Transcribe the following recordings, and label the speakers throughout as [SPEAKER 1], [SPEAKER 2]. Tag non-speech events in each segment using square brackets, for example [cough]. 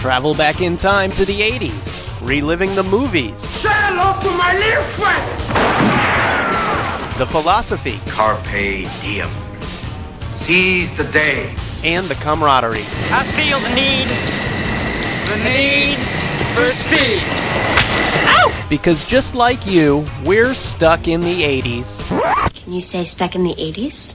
[SPEAKER 1] Travel back in time to the 80s, reliving the movies,
[SPEAKER 2] Say hello to my little friend!
[SPEAKER 1] the philosophy,
[SPEAKER 3] Carpe diem. Seize the day.
[SPEAKER 1] and the camaraderie.
[SPEAKER 4] I feel the need, the need for speed.
[SPEAKER 1] Because just like you, we're stuck in the 80s.
[SPEAKER 5] Can you say stuck in the 80s?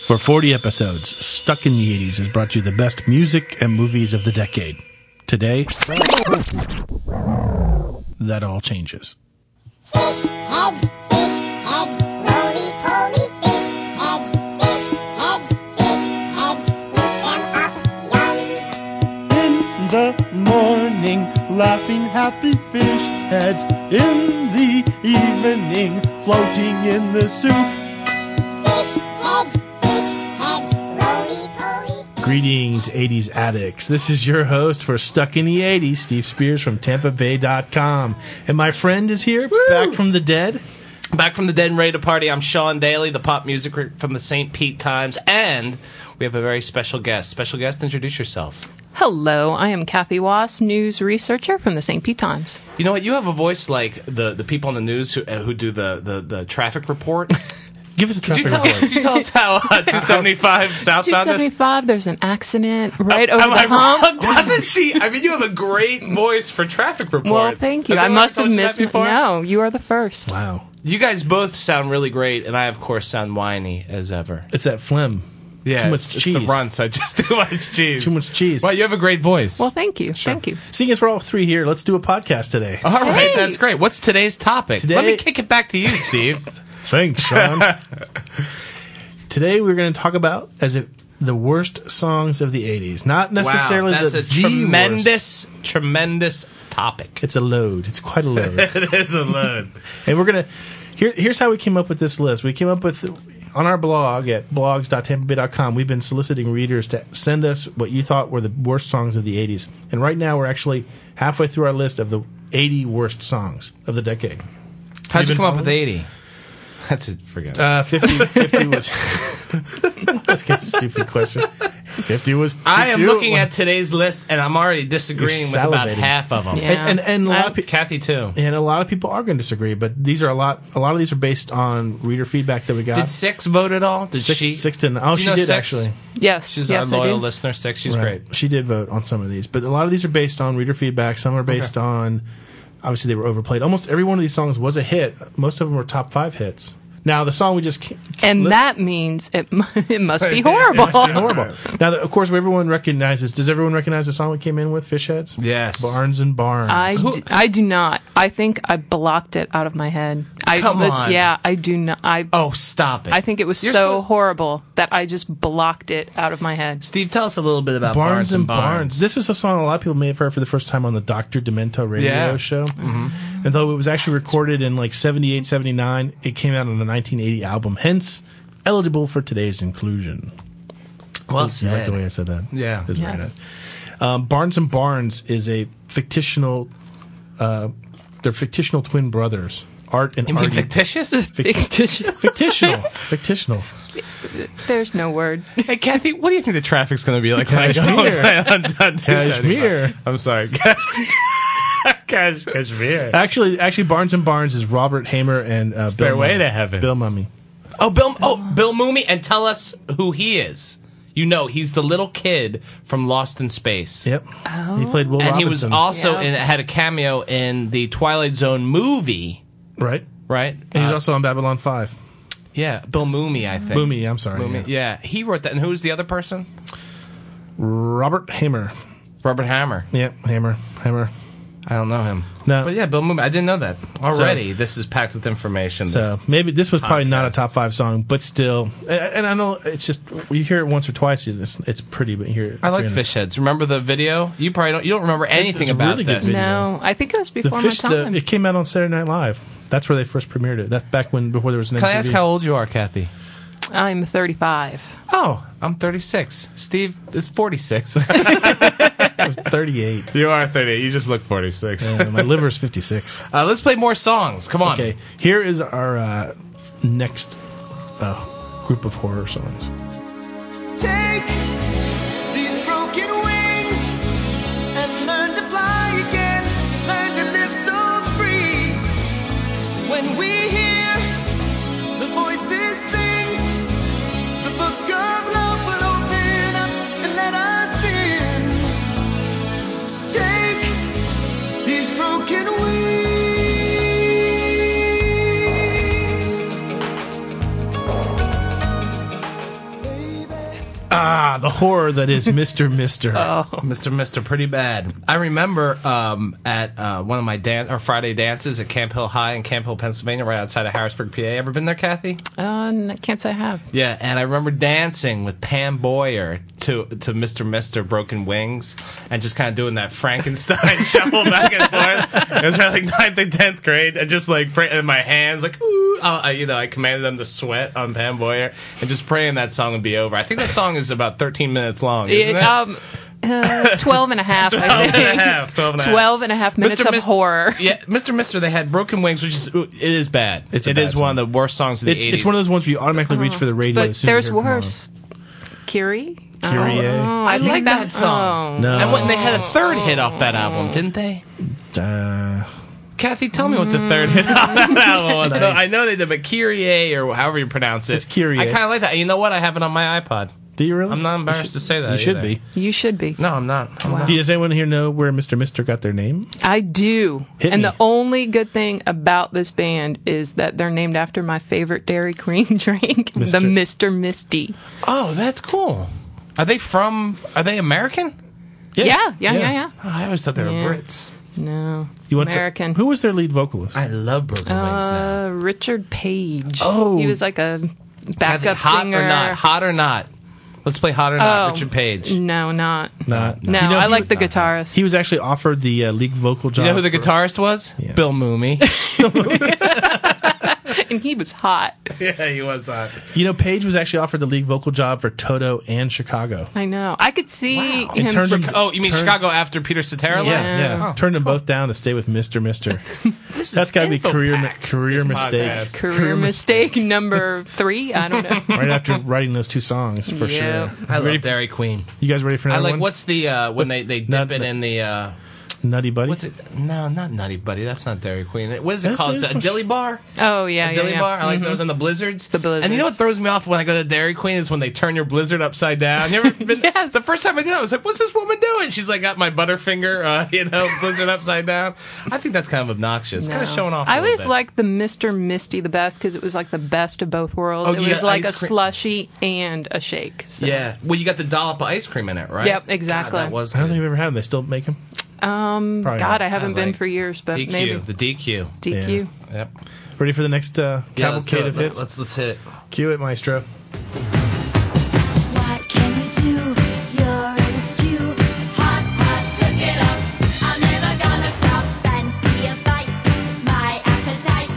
[SPEAKER 6] For 40 episodes, Stuck in the 80s has brought you the best music and movies of the decade. Today, that all changes.
[SPEAKER 7] Fish heads, fish heads, roly poly fish heads, fish heads, fish heads, eat them up, yum.
[SPEAKER 8] in the morning, laughing happy fish heads. In the evening, floating in the soup.
[SPEAKER 7] Fish heads, fish heads, roly poly.
[SPEAKER 6] Greetings, 80s addicts. This is your host for Stuck in the 80s, Steve Spears from TampaBay.com. And my friend is here, back from the dead.
[SPEAKER 9] Back from the dead and ready to party. I'm Sean Daly, the pop music re- from the St. Pete Times, and we have a very special guest. Special guest, introduce yourself.
[SPEAKER 10] Hello, I am Kathy Was, news researcher from the St. Pete Times.
[SPEAKER 9] You know what? You have a voice like the, the people on the news who, uh, who do the, the, the traffic [laughs] report.
[SPEAKER 6] Give us a
[SPEAKER 9] Could you
[SPEAKER 6] traffic
[SPEAKER 9] tell,
[SPEAKER 6] report.
[SPEAKER 9] could you tell us how [laughs] uh, 275 southbound is?
[SPEAKER 10] 275, there's an accident right
[SPEAKER 9] Am
[SPEAKER 10] over the
[SPEAKER 9] I [laughs]
[SPEAKER 10] hump.
[SPEAKER 9] wrong? Doesn't she? I mean, you have a great voice for traffic reports.
[SPEAKER 10] Well, thank you.
[SPEAKER 9] Has
[SPEAKER 10] I
[SPEAKER 9] anyone
[SPEAKER 10] must
[SPEAKER 9] told
[SPEAKER 10] have
[SPEAKER 9] you that
[SPEAKER 10] missed.
[SPEAKER 9] before?
[SPEAKER 10] No, you are the first.
[SPEAKER 6] wow.
[SPEAKER 9] You guys both sound really great, and I, of course, sound whiny as ever.
[SPEAKER 6] It's that phlegm.
[SPEAKER 9] Yeah,
[SPEAKER 6] Too much
[SPEAKER 9] it's,
[SPEAKER 6] cheese.
[SPEAKER 9] It's the runts. I just [laughs] too much cheese.
[SPEAKER 6] Too much cheese.
[SPEAKER 9] Well, you have a great voice.
[SPEAKER 10] Well, thank you. Thank you.
[SPEAKER 6] Seeing as we're all three here, let's do a podcast today.
[SPEAKER 9] All right,
[SPEAKER 10] Hey!
[SPEAKER 9] that's great. What's today's topic? Let
[SPEAKER 6] Today-
[SPEAKER 9] me kick it back to you, Steve.
[SPEAKER 6] Thanks, Sean. [laughs] Today we're going to talk about as if the worst songs of the '80s, not necessarily
[SPEAKER 9] wow, [laughs] that's
[SPEAKER 6] the,
[SPEAKER 9] a
[SPEAKER 6] the worst.
[SPEAKER 9] tremendous, tremendous topic.
[SPEAKER 6] It's a load. It's quite a load.
[SPEAKER 9] [laughs] It is a load.
[SPEAKER 6] [laughs] and we're gonna. Here, here's how we came up with this list. We came up with on our blog at blogs.tampabay.com. We've been soliciting readers to send us what you thought were the worst songs of the '80s, and right now we're actually halfway through our list of the 80 worst songs of the decade.
[SPEAKER 9] How'd you
[SPEAKER 6] been
[SPEAKER 9] come up
[SPEAKER 6] following
[SPEAKER 9] with eighty? [laughs] That's it. Forget. it.
[SPEAKER 6] Uh, 50, [laughs] 50 was. That's kind of a stupid question. 50 was.
[SPEAKER 9] I am
[SPEAKER 6] 50
[SPEAKER 9] looking at today's list, and I'm already disagreeing with
[SPEAKER 6] You're
[SPEAKER 9] about
[SPEAKER 6] salivating.
[SPEAKER 9] half of them.
[SPEAKER 10] Yeah.
[SPEAKER 6] And, and, and a lot of pe-
[SPEAKER 9] Kathy too.
[SPEAKER 6] and a lot of people are going to disagree, but these are a lot. A lot of these are based on reader feedback that we got.
[SPEAKER 9] Did Six vote at all? Did
[SPEAKER 6] six,
[SPEAKER 9] she?
[SPEAKER 6] six to nine. Oh,
[SPEAKER 9] You
[SPEAKER 6] she
[SPEAKER 9] know
[SPEAKER 6] did
[SPEAKER 9] Six?
[SPEAKER 6] actually.
[SPEAKER 10] Yes.
[SPEAKER 9] She's
[SPEAKER 10] yes,
[SPEAKER 9] our
[SPEAKER 10] I
[SPEAKER 9] loyal
[SPEAKER 10] do.
[SPEAKER 9] listener. Six. She's
[SPEAKER 6] Right.
[SPEAKER 9] great.
[SPEAKER 6] She did vote on some of these, but a lot of these are based on reader feedback. Some are based on. Obviously, they were overplayed. Almost every one of these songs was a hit. Most of them were top five hits. Now, the song we just ca-
[SPEAKER 10] And
[SPEAKER 6] list-
[SPEAKER 10] that means it, mu- [laughs] it must
[SPEAKER 9] [laughs]
[SPEAKER 10] be
[SPEAKER 9] It must
[SPEAKER 10] horrible.
[SPEAKER 9] be
[SPEAKER 6] It's been horrible. Now, of course, everyone recognizes. Does everyone recognize the song we came in with, Fish Heads?
[SPEAKER 9] Yes.
[SPEAKER 6] Barnes and Barnes.
[SPEAKER 10] [laughs] I, d- I do not. I think I blocked it out of my head. I
[SPEAKER 9] Come
[SPEAKER 10] was,
[SPEAKER 9] on.
[SPEAKER 10] Yeah, I do not. I,
[SPEAKER 9] Oh, stop it!
[SPEAKER 10] I think it was
[SPEAKER 9] You're
[SPEAKER 10] so
[SPEAKER 9] supposed-
[SPEAKER 10] horrible that I just blocked it out of my head.
[SPEAKER 9] Steve, tell us a little bit about
[SPEAKER 6] Barnes, and Barnes. This was a song a lot of people may have heard for the first time on the Dr. Demento radio
[SPEAKER 9] Yeah.
[SPEAKER 6] show. And though it was actually recorded in like 78, 79, it came out on the 1980 album, hence eligible for today's inclusion.
[SPEAKER 9] Well
[SPEAKER 6] You like
[SPEAKER 9] said.
[SPEAKER 6] the way I said that?
[SPEAKER 9] Yeah.
[SPEAKER 6] It was very
[SPEAKER 10] [laughs] Yes.
[SPEAKER 6] nice. Um, Barnes and Barnes is a fictional, uh, they're fictional twin brothers, Art and
[SPEAKER 9] You mean
[SPEAKER 6] Artie.
[SPEAKER 9] fictitious?
[SPEAKER 10] Fictitious.
[SPEAKER 6] fictional. fictional.
[SPEAKER 10] There's no word.
[SPEAKER 9] [laughs] Hey Kathy, what do you think the traffic's going to be like? when I go
[SPEAKER 6] Kashmir.
[SPEAKER 9] [laughs] on- on- on
[SPEAKER 6] Kashmir.
[SPEAKER 9] 275? I'm sorry. [laughs] Kash, Kashmir.
[SPEAKER 6] Actually, actually, Barnes and Barnes is Robert Hamer and uh, Bill
[SPEAKER 9] their way
[SPEAKER 6] Mummy.
[SPEAKER 9] to heaven.
[SPEAKER 6] Bill Mummy.
[SPEAKER 9] Oh, Bill. Oh, Bill Mooney, and tell us who he is. You know, he's the little kid from Lost in Space.
[SPEAKER 6] Yep.
[SPEAKER 10] Oh.
[SPEAKER 6] He played Will
[SPEAKER 9] And
[SPEAKER 6] Robinson.
[SPEAKER 9] he was also
[SPEAKER 10] Yeah.
[SPEAKER 9] in, had a cameo in the Twilight Zone movie,
[SPEAKER 6] right.
[SPEAKER 9] right?
[SPEAKER 6] And he's
[SPEAKER 9] Uh,
[SPEAKER 6] also on Babylon Five.
[SPEAKER 9] yeah, Bill Mooney, I think.
[SPEAKER 6] Boomy, I'm sorry.
[SPEAKER 9] Mooney,
[SPEAKER 6] yeah.
[SPEAKER 9] yeah. he wrote that. And who's the other person?
[SPEAKER 6] Robert Hamer.
[SPEAKER 9] Robert Hammer.
[SPEAKER 6] Yep, Hamer. Hammer.
[SPEAKER 9] I don't know him.
[SPEAKER 6] No.
[SPEAKER 9] but yeah, Bill Mooney. I didn't know that already. this is packed with information.
[SPEAKER 6] So
[SPEAKER 9] This-
[SPEAKER 6] maybe this was probably not a
[SPEAKER 9] podcast.
[SPEAKER 6] top five song, but still. And, and I know it's just you hear it once or twice, and it's it's pretty. But you hear it.
[SPEAKER 9] I like
[SPEAKER 6] you know.
[SPEAKER 9] fish heads. Remember the video? You probably don't. You don't remember anything
[SPEAKER 6] a
[SPEAKER 9] about
[SPEAKER 6] really good
[SPEAKER 9] this.
[SPEAKER 6] video.
[SPEAKER 10] No, I think it was
[SPEAKER 6] The
[SPEAKER 10] before
[SPEAKER 6] fish.
[SPEAKER 10] my time.
[SPEAKER 6] The, it came out on Saturday Night Live. That's where they first premiered it. That's back when before there was an.
[SPEAKER 9] Can I
[SPEAKER 6] MTV.
[SPEAKER 9] ask how old you are, Kathy?
[SPEAKER 10] I'm 35.
[SPEAKER 9] Oh, I'm 36. Steve
[SPEAKER 6] [laughs]
[SPEAKER 9] is 46.
[SPEAKER 6] [laughs] Thirty-eight.
[SPEAKER 9] you are 38. You just look 46.
[SPEAKER 6] Uh, my liver's fifty-six.
[SPEAKER 9] Uh, let's play more songs. Come on.
[SPEAKER 6] Okay, here is our uh, next uh, group of horror songs.
[SPEAKER 11] take these broken wings and learn to fly again, learn to live so free. When we hear the voices sing, the book of love will open up and let us in. Take these broken wings.
[SPEAKER 6] Ah, the horror that
[SPEAKER 10] [laughs]
[SPEAKER 6] is Mr. Mister.
[SPEAKER 10] Oh.
[SPEAKER 9] Mr. Mister, pretty bad. I remember um, at uh, one of my dan- or Friday dances at Camp Hill High in Camp Hill, Pennsylvania, right outside of Harrisburg, PA. Ever been there, Kathy?
[SPEAKER 10] Uh, n- can't say I have.
[SPEAKER 9] Yeah, and I remember dancing with Pam Boyer to to Mr. Mister Broken Wings, and just kind of doing that Frankenstein [laughs] shuffle back and forth. It was probably like ninth and tenth grade, and just like pray- and my hands like ooh, uh, I- you know, I commanded them to sweat on Pam Boyer, and just praying that song would be over. I think that song is about thirteen minutes long, isn't it?
[SPEAKER 10] Yeah,
[SPEAKER 9] [laughs]
[SPEAKER 10] um, uh, 12 and a half, I
[SPEAKER 9] 12
[SPEAKER 10] think.
[SPEAKER 9] and a half, 12 and a half.
[SPEAKER 10] 12 and a half minutes
[SPEAKER 9] Mr.
[SPEAKER 10] of
[SPEAKER 9] Mist-
[SPEAKER 10] horror.
[SPEAKER 9] Yeah, Mr. Mister, they had Broken Wings, which is it is bad. It's
[SPEAKER 6] a bad
[SPEAKER 9] one of the worst songs of the
[SPEAKER 6] It's,
[SPEAKER 9] eighties.
[SPEAKER 6] it's one of those ones where you automatically reach for the radio.
[SPEAKER 10] Uh-huh. But
[SPEAKER 6] as soon as
[SPEAKER 10] there's
[SPEAKER 6] you hear Come On.
[SPEAKER 10] worse. Curie?
[SPEAKER 6] Curie.
[SPEAKER 10] Oh,
[SPEAKER 9] I
[SPEAKER 10] think
[SPEAKER 9] like that song.
[SPEAKER 10] oh.
[SPEAKER 6] No.
[SPEAKER 9] and what, they had a third hit off that album, didn't they?
[SPEAKER 6] Uh,
[SPEAKER 9] Kathy, tell me what the third hit off that album was. No, I know they did, but Kyrie or however you pronounce it.
[SPEAKER 6] It's Kyrie.
[SPEAKER 9] I kind of like that. You know what? I have it on my iPod.
[SPEAKER 6] do you really?
[SPEAKER 9] I'm not embarrassed to say that.
[SPEAKER 6] You should
[SPEAKER 9] either.
[SPEAKER 6] be.
[SPEAKER 10] You should be.
[SPEAKER 9] No, I'm not. I'm not.
[SPEAKER 6] Do you- does anyone here know where Mr. Mister got their name?
[SPEAKER 10] I do.
[SPEAKER 6] Hit
[SPEAKER 10] and
[SPEAKER 6] me.
[SPEAKER 10] the only good thing about this band is that they're named after my favorite Dairy Queen [laughs] drink,
[SPEAKER 6] Mister.
[SPEAKER 10] the Mr. Misty.
[SPEAKER 9] Oh, that's cool. Are they from? Are they American?
[SPEAKER 10] Yeah, yeah, yeah, yeah.
[SPEAKER 9] Oh, I always thought they were
[SPEAKER 10] Yeah.
[SPEAKER 9] Brits.
[SPEAKER 10] No.
[SPEAKER 6] You want some-
[SPEAKER 10] American.
[SPEAKER 6] who was their lead vocalist?
[SPEAKER 9] I love Broken Wings now.
[SPEAKER 10] Uh, Richard Page.
[SPEAKER 6] Oh.
[SPEAKER 10] He was like a
[SPEAKER 9] Kathy,
[SPEAKER 10] backup
[SPEAKER 9] hot
[SPEAKER 10] singer.
[SPEAKER 9] or not? Hot or not? Let's play hot or not.
[SPEAKER 10] Oh.
[SPEAKER 9] Richard Page.
[SPEAKER 10] No, not.
[SPEAKER 6] Not.
[SPEAKER 10] No,
[SPEAKER 6] You know,
[SPEAKER 10] I
[SPEAKER 6] he
[SPEAKER 10] like
[SPEAKER 6] was-
[SPEAKER 10] the guitarist.
[SPEAKER 6] He was actually offered the uh, lead vocal job.
[SPEAKER 9] You know who the
[SPEAKER 6] for-
[SPEAKER 9] guitarist was?
[SPEAKER 6] Yeah.
[SPEAKER 9] Bill Mooney.
[SPEAKER 10] and he was hot.
[SPEAKER 9] yeah, he was hot.
[SPEAKER 6] You know, Page was actually offered the lead vocal job for Toto and Chicago.
[SPEAKER 10] I know. I could see him.
[SPEAKER 6] It turns
[SPEAKER 10] for-
[SPEAKER 6] him-
[SPEAKER 9] Oh, you mean
[SPEAKER 6] turn-
[SPEAKER 9] Chicago after Peter Cetera
[SPEAKER 10] Yeah.
[SPEAKER 9] left?
[SPEAKER 6] Yeah, yeah.
[SPEAKER 9] Oh,
[SPEAKER 6] turned them both down to stay with Mister
[SPEAKER 10] [laughs]
[SPEAKER 6] Mister. That's got to be career mi- career mistake.
[SPEAKER 10] career mistake number three. I don't know.
[SPEAKER 6] Right after writing those two songs, for sure.
[SPEAKER 10] Yeah.
[SPEAKER 9] I
[SPEAKER 6] Ready
[SPEAKER 9] love
[SPEAKER 6] for-
[SPEAKER 9] Dairy Queen.
[SPEAKER 6] You guys ready for
[SPEAKER 9] I
[SPEAKER 6] another
[SPEAKER 9] like
[SPEAKER 6] one?
[SPEAKER 9] what's the uh, when they they dip
[SPEAKER 6] Nut-
[SPEAKER 9] it in the uh,
[SPEAKER 6] Nutty Buddy?
[SPEAKER 9] what's it? No, not Nutty Buddy. That's not Dairy Queen. What is it
[SPEAKER 6] That's-
[SPEAKER 9] called? It's a
[SPEAKER 6] that's-
[SPEAKER 9] dilly bar.
[SPEAKER 10] [laughs] Oh yeah,
[SPEAKER 9] A
[SPEAKER 10] yeah,
[SPEAKER 9] dilly
[SPEAKER 10] yeah.
[SPEAKER 9] bar. I like those on the blizzards.
[SPEAKER 10] The blizzards.
[SPEAKER 9] And you know what throws me off when I go to Dairy Queen is when they turn your blizzard upside down.
[SPEAKER 10] [laughs]
[SPEAKER 9] You ever been,
[SPEAKER 10] Yes.
[SPEAKER 9] The first time I did, it, I was like, "What's this woman doing?" She's like, "Got my Butterfinger, uh, [laughs] you know, blizzard upside down." I think that's kind of obnoxious. Kind of
[SPEAKER 10] No.
[SPEAKER 9] showing off. a
[SPEAKER 10] I
[SPEAKER 9] little
[SPEAKER 10] always
[SPEAKER 9] bit.
[SPEAKER 10] liked the Mister Misty the best because it was like the best of both worlds.
[SPEAKER 9] Oh,
[SPEAKER 10] it
[SPEAKER 9] you
[SPEAKER 10] was
[SPEAKER 9] got
[SPEAKER 10] like a
[SPEAKER 9] ice cream-
[SPEAKER 10] slushy and a shake. So.
[SPEAKER 9] Yeah. Well, you got the dollop of ice cream in it, right?
[SPEAKER 10] Yep,
[SPEAKER 9] God,
[SPEAKER 10] exactly.
[SPEAKER 9] that was
[SPEAKER 6] I don't
[SPEAKER 9] good.
[SPEAKER 6] think we've ever had them. They still make them? Um,
[SPEAKER 10] God, I haven't
[SPEAKER 9] I
[SPEAKER 10] been
[SPEAKER 9] like
[SPEAKER 10] for years, but
[SPEAKER 9] DQ.
[SPEAKER 10] maybe
[SPEAKER 9] The DQ.
[SPEAKER 10] DQ.
[SPEAKER 9] Yep.
[SPEAKER 6] Ready for the next uh,
[SPEAKER 9] Yeah, let's do
[SPEAKER 6] cavalcade
[SPEAKER 9] it.
[SPEAKER 6] of hits?
[SPEAKER 9] Let's let's hit it.
[SPEAKER 6] Cue it, Maestro.
[SPEAKER 7] What can you do? You're in a stew. Hot, hot, cook it up. I'm never gonna stop. Fancy a bite. My appetite.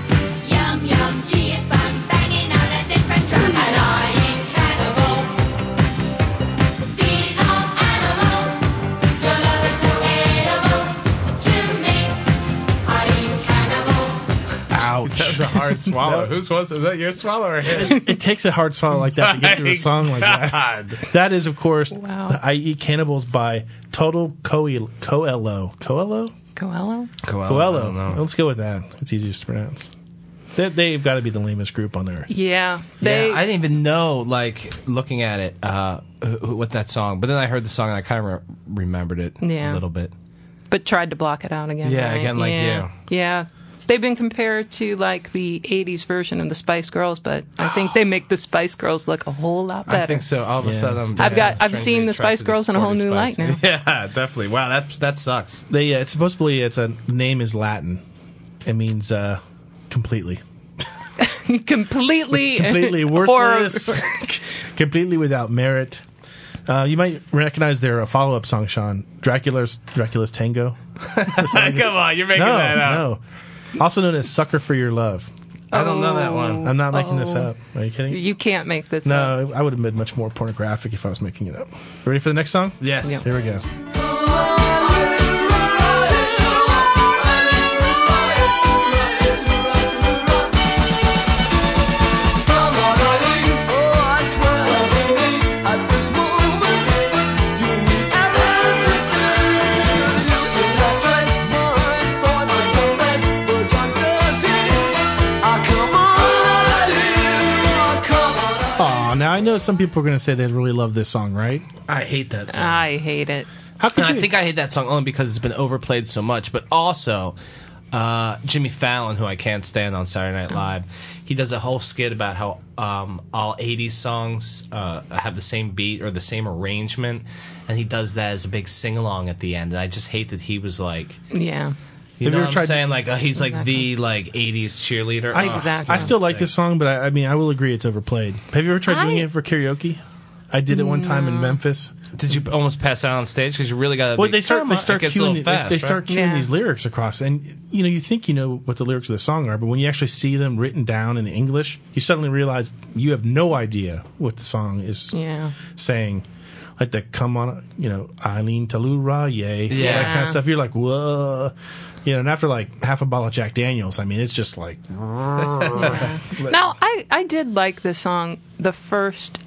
[SPEAKER 7] Yum, yum, gee, it's fun. Banging on a different drum. An eyeing cannibal. Venal animal. Your love is so edible to me. Are you
[SPEAKER 6] [laughs]
[SPEAKER 7] cannibals?
[SPEAKER 9] Ouch. that was a hard [laughs] swallow. Whose was it? Was that your swallow or his?
[SPEAKER 6] It takes a hard swallow like that to get
[SPEAKER 9] [laughs]
[SPEAKER 6] through a song like that.
[SPEAKER 9] God.
[SPEAKER 6] That is, of course,
[SPEAKER 10] Wow.
[SPEAKER 6] the I Eat Cannibals by Total Coelho. Coelho? Coelho?
[SPEAKER 10] Coelho.
[SPEAKER 6] Coelho. Let's go with that. It's easiest to pronounce. They, they've got to be the lamest group on earth.
[SPEAKER 10] Yeah, they.
[SPEAKER 9] yeah, I didn't even know, like, looking at it, uh, who- who- what that song. But then I heard the song and I kind of re- remembered it
[SPEAKER 10] Yeah.
[SPEAKER 9] a little bit.
[SPEAKER 10] but tried to block it out again.
[SPEAKER 9] Yeah,
[SPEAKER 10] right?
[SPEAKER 9] again, like
[SPEAKER 10] yeah. Yeah. They've been compared to like the 80s version of the Spice Girls, but I think they make the Spice Girls look a whole lot better.
[SPEAKER 9] I think so. All of a
[SPEAKER 6] Yeah.
[SPEAKER 9] sudden, I'm
[SPEAKER 10] I've got- I've
[SPEAKER 9] strangely
[SPEAKER 10] seen the
[SPEAKER 9] attracted
[SPEAKER 10] Spice
[SPEAKER 9] to
[SPEAKER 10] Girls in a whole
[SPEAKER 9] sporty
[SPEAKER 10] new
[SPEAKER 9] Spice.
[SPEAKER 10] light
[SPEAKER 9] [laughs] [laughs] Yeah, definitely. Wow, that that sucks.
[SPEAKER 6] They uh, it's supposedly it's a name is Latin. It means uh, completely,
[SPEAKER 10] [laughs]
[SPEAKER 9] [laughs]
[SPEAKER 10] completely
[SPEAKER 6] completely
[SPEAKER 10] or-
[SPEAKER 6] worthless, [laughs] completely without merit. Uh, you might recognize their uh, follow-up song, Sean Dracula's Dracula's Tango.
[SPEAKER 9] [laughs] Come on, you're making
[SPEAKER 6] No,
[SPEAKER 9] that up.
[SPEAKER 6] no. Also known as "Sucker for Your Love."
[SPEAKER 9] I don't know that one.
[SPEAKER 6] I'm not making this
[SPEAKER 10] Oh.
[SPEAKER 6] up. Are you kidding?
[SPEAKER 10] [laughs] You can't make this. up.
[SPEAKER 6] no, I would have been much more pornographic if I was making it up. Ready for the next song?
[SPEAKER 9] Yes.
[SPEAKER 6] Here we go.
[SPEAKER 11] Come on, darling. Oh, I swear, baby, I wish we
[SPEAKER 6] Aw, now I know some people are going to say they really love this song, right?
[SPEAKER 9] I hate that song.
[SPEAKER 10] I hate it.
[SPEAKER 6] How could
[SPEAKER 9] and
[SPEAKER 6] you-
[SPEAKER 9] I think I hate that song only because it's been overplayed so much, but also uh, Jimmy Fallon, who I can't stand on Saturday Night Live, he does a whole skit about how um, all 80s songs uh, have the same beat or the same arrangement, and he does that as a big sing along at the end. And I just hate that he was like,
[SPEAKER 10] Yeah.
[SPEAKER 9] you
[SPEAKER 6] Have you
[SPEAKER 9] know
[SPEAKER 6] ever
[SPEAKER 9] what I'm
[SPEAKER 6] tried-
[SPEAKER 9] saying? Like, uh, he's like the like 80s cheerleader.
[SPEAKER 6] I,
[SPEAKER 9] Ugh,
[SPEAKER 10] Exactly.
[SPEAKER 6] I still like
[SPEAKER 9] sick.
[SPEAKER 6] this song, but I, I mean, I will agree it's overplayed. Have you ever tried doing
[SPEAKER 10] I-
[SPEAKER 6] it for karaoke? I did it one time in Memphis.
[SPEAKER 9] Did you almost pass out on stage because you really got?
[SPEAKER 6] Well, they start they start cueing the- they-
[SPEAKER 9] fast,
[SPEAKER 6] they,
[SPEAKER 9] right?
[SPEAKER 6] start cueing
[SPEAKER 10] Yeah.
[SPEAKER 6] these lyrics across, and you know you think you know what the lyrics of the song are, but when you actually see them written down in English, you suddenly realize you have no idea what the song is
[SPEAKER 10] Yeah.
[SPEAKER 6] saying. Like the come on, you know, Eileen Talou Raye, all that
[SPEAKER 9] Yeah.
[SPEAKER 6] kind of stuff. You're like, whoa, you know. And after like half a bottle of Jack Daniels, I mean, it's just like
[SPEAKER 10] Now, I, I did like the song the first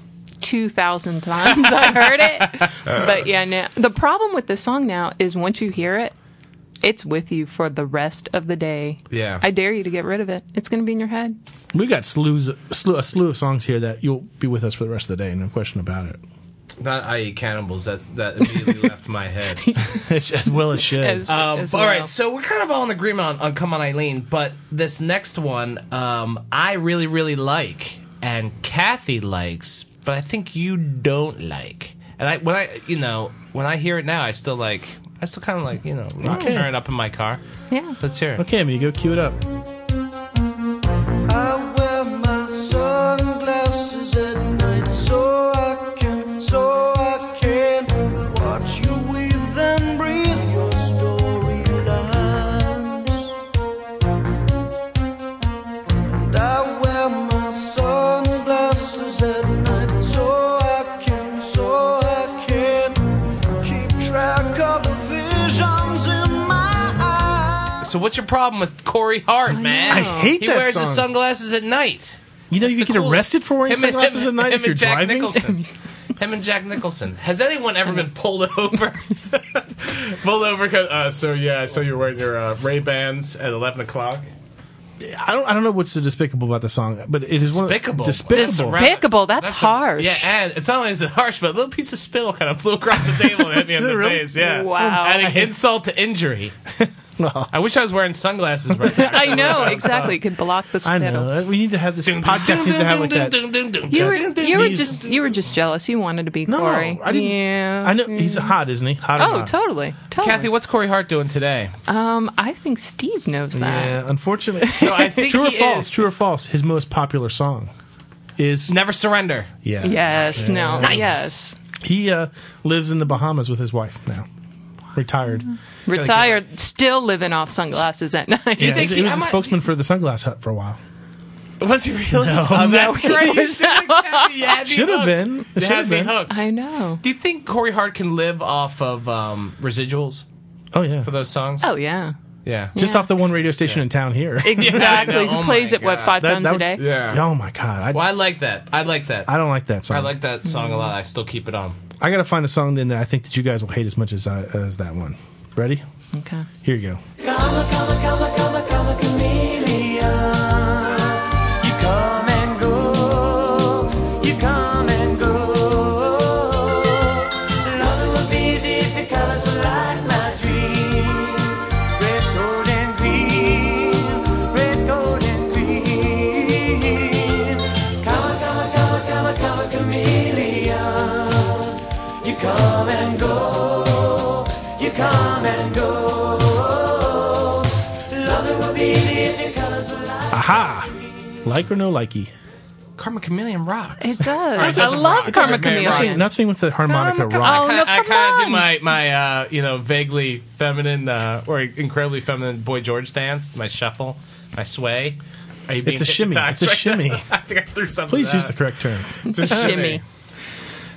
[SPEAKER 10] 2,000 times I heard it.
[SPEAKER 9] [laughs]
[SPEAKER 10] But yeah, now, the problem with the song now is once you hear it, it's with you for the rest of the day.
[SPEAKER 9] Yeah.
[SPEAKER 10] I dare you to get rid of it. It's going to be in your head.
[SPEAKER 6] we got slews, slew, a slew of songs here that you'll be with us for the rest of the day, no question about it. [laughs]
[SPEAKER 9] Not I eat cannibals. That's that immediately left my head.
[SPEAKER 6] as well as should.
[SPEAKER 10] As,
[SPEAKER 9] Um,
[SPEAKER 10] as
[SPEAKER 9] All
[SPEAKER 10] well.
[SPEAKER 9] right, so we're kind of all in agreement on, on "Come On, Eileen," but this next one, um, I really, really like, and Kathy likes, but I think you don't like. And I, when I, you know, when I hear it now, I still like, I still kind of like, you know, rock
[SPEAKER 6] Okay.
[SPEAKER 9] turn it up in my car.
[SPEAKER 10] Yeah.
[SPEAKER 9] Let's hear it.
[SPEAKER 6] Okay, amigo, cue it up.
[SPEAKER 11] I wear my sunglasses at night so I can, so I can watch you weave and breathe your storylines. And I wear my sunglasses at night so I can, so I can keep track of the visions in my eyes.
[SPEAKER 9] So what's your problem with Corey Hart, man?
[SPEAKER 10] know. I
[SPEAKER 6] hate
[SPEAKER 9] he
[SPEAKER 6] that
[SPEAKER 9] wears his
[SPEAKER 6] song.
[SPEAKER 9] sunglasses at night.
[SPEAKER 6] You know, you
[SPEAKER 9] the
[SPEAKER 6] could get
[SPEAKER 9] coolest.
[SPEAKER 6] arrested for wearing
[SPEAKER 9] Him and-
[SPEAKER 6] sunglasses at night
[SPEAKER 9] him
[SPEAKER 6] if you're
[SPEAKER 9] and Jack
[SPEAKER 6] driving. [laughs]
[SPEAKER 9] Nicholson. Him and Jack Nicholson. Has anyone ever been pulled [laughs]
[SPEAKER 6] [laughs]
[SPEAKER 9] over? pulled over? 'cause, Uh, so yeah, so you're wearing your uh, Ray Bans at eleven o'clock.
[SPEAKER 6] I don't. I don't know what's so despicable about the song, but it is
[SPEAKER 9] Despicable.
[SPEAKER 6] One, despicable.
[SPEAKER 9] Disra-
[SPEAKER 10] Despicable. That's,
[SPEAKER 9] a-
[SPEAKER 10] harsh.
[SPEAKER 9] yeah, and it's not only is it harsh, but a little piece of spittle kind of flew across the table and hit me in
[SPEAKER 6] Did it
[SPEAKER 9] the
[SPEAKER 6] really?
[SPEAKER 9] face. Yeah,
[SPEAKER 10] Wow.
[SPEAKER 9] Adding insult
[SPEAKER 6] [laughs]
[SPEAKER 9] to injury. I wish I was wearing sunglasses right now.
[SPEAKER 10] I know, exactly. It could block the
[SPEAKER 6] I
[SPEAKER 10] spittle.
[SPEAKER 6] know. We need to have this podcast needs to have like that.
[SPEAKER 10] You were
[SPEAKER 6] Dun, dun,
[SPEAKER 10] you were
[SPEAKER 6] sneeze.
[SPEAKER 10] just you were just jealous. You wanted to be
[SPEAKER 6] No,
[SPEAKER 10] Corey.
[SPEAKER 6] I didn't.
[SPEAKER 10] Yeah.
[SPEAKER 6] I know he's
[SPEAKER 9] Mm.
[SPEAKER 6] hot, isn't he? Hot or
[SPEAKER 10] Oh,
[SPEAKER 6] not?
[SPEAKER 10] totally, totally.
[SPEAKER 9] Kathy, what's Corey Hart doing today?
[SPEAKER 10] um, I think Steve knows that.
[SPEAKER 6] Yeah, unfortunately.
[SPEAKER 9] [laughs]
[SPEAKER 6] [laughs]
[SPEAKER 9] No, I think
[SPEAKER 6] true or
[SPEAKER 9] he
[SPEAKER 6] false?
[SPEAKER 9] is.
[SPEAKER 6] True or false? His most popular song is
[SPEAKER 9] Never surrender.
[SPEAKER 6] yeah.
[SPEAKER 10] Yes. No.
[SPEAKER 9] Nice.
[SPEAKER 10] Yes.
[SPEAKER 6] He uh, lives in the Bahamas with his wife now, retired.
[SPEAKER 10] Retired, still living off sunglasses at night.
[SPEAKER 6] Yeah,
[SPEAKER 9] think
[SPEAKER 6] he,
[SPEAKER 9] he-
[SPEAKER 6] was
[SPEAKER 9] I
[SPEAKER 6] a
[SPEAKER 9] might-
[SPEAKER 6] spokesman for the Sunglass Hut for a while.
[SPEAKER 9] Was he really?
[SPEAKER 6] No.
[SPEAKER 9] [laughs] Oh,
[SPEAKER 6] No,
[SPEAKER 9] that's
[SPEAKER 10] he was
[SPEAKER 9] crazy.
[SPEAKER 6] [laughs]
[SPEAKER 10] not.
[SPEAKER 6] Should have been. Should have been.
[SPEAKER 10] [laughs] I know.
[SPEAKER 9] Do you think Corey Hart can live off of um, residuals
[SPEAKER 6] Oh yeah.
[SPEAKER 9] for those songs?
[SPEAKER 10] Oh yeah.
[SPEAKER 9] yeah.
[SPEAKER 6] Just off the one radio station in town here.
[SPEAKER 10] Exactly.
[SPEAKER 9] I know. Oh,
[SPEAKER 10] He plays
[SPEAKER 9] my
[SPEAKER 10] it what
[SPEAKER 9] God.
[SPEAKER 10] five
[SPEAKER 6] That-
[SPEAKER 10] times
[SPEAKER 6] that
[SPEAKER 10] a
[SPEAKER 6] would-
[SPEAKER 10] day?
[SPEAKER 9] Yeah.
[SPEAKER 6] Oh my god. I,
[SPEAKER 9] Well, I like that. I like that.
[SPEAKER 6] I don't like that song.
[SPEAKER 9] I like that song a lot. I still keep it on.
[SPEAKER 6] I gotta find a song then that I think that you guys will hate as much as I, as that one. Ready?
[SPEAKER 10] Okay.
[SPEAKER 6] Here you go.
[SPEAKER 11] Come a, come a, come a, come a, come a chameleon. You come and go. You come and go. Loving will be easy if your colors were like my dream. Red, gold, and green. Red, gold, and green. Come a, come a, come a, come a, come a chameleon. You come and go. You come and go. Loving will be easy if your colors were light.
[SPEAKER 6] Aha! Like or no likey?
[SPEAKER 9] Karma Chameleon rocks.
[SPEAKER 10] It does. I
[SPEAKER 9] Those are
[SPEAKER 10] love
[SPEAKER 9] rocks.
[SPEAKER 10] Karma
[SPEAKER 9] Those are very
[SPEAKER 10] Chameleon.
[SPEAKER 9] rocks.
[SPEAKER 6] Nothing with the harmonica
[SPEAKER 10] Karma-
[SPEAKER 6] rock.
[SPEAKER 10] Oh, no,
[SPEAKER 9] I
[SPEAKER 10] come
[SPEAKER 9] kind of do
[SPEAKER 10] on.
[SPEAKER 9] my my uh, you know vaguely feminine uh, or incredibly feminine boy George dance, my shuffle, my sway. Are you being
[SPEAKER 6] It's a shimmy.
[SPEAKER 9] hypnotized
[SPEAKER 6] It's a
[SPEAKER 9] right
[SPEAKER 6] shimmy.
[SPEAKER 9] now? [laughs] I think I threw something.
[SPEAKER 6] Please
[SPEAKER 9] out.
[SPEAKER 6] use the correct term.
[SPEAKER 9] It's a shimmy.
[SPEAKER 10] Shimmy.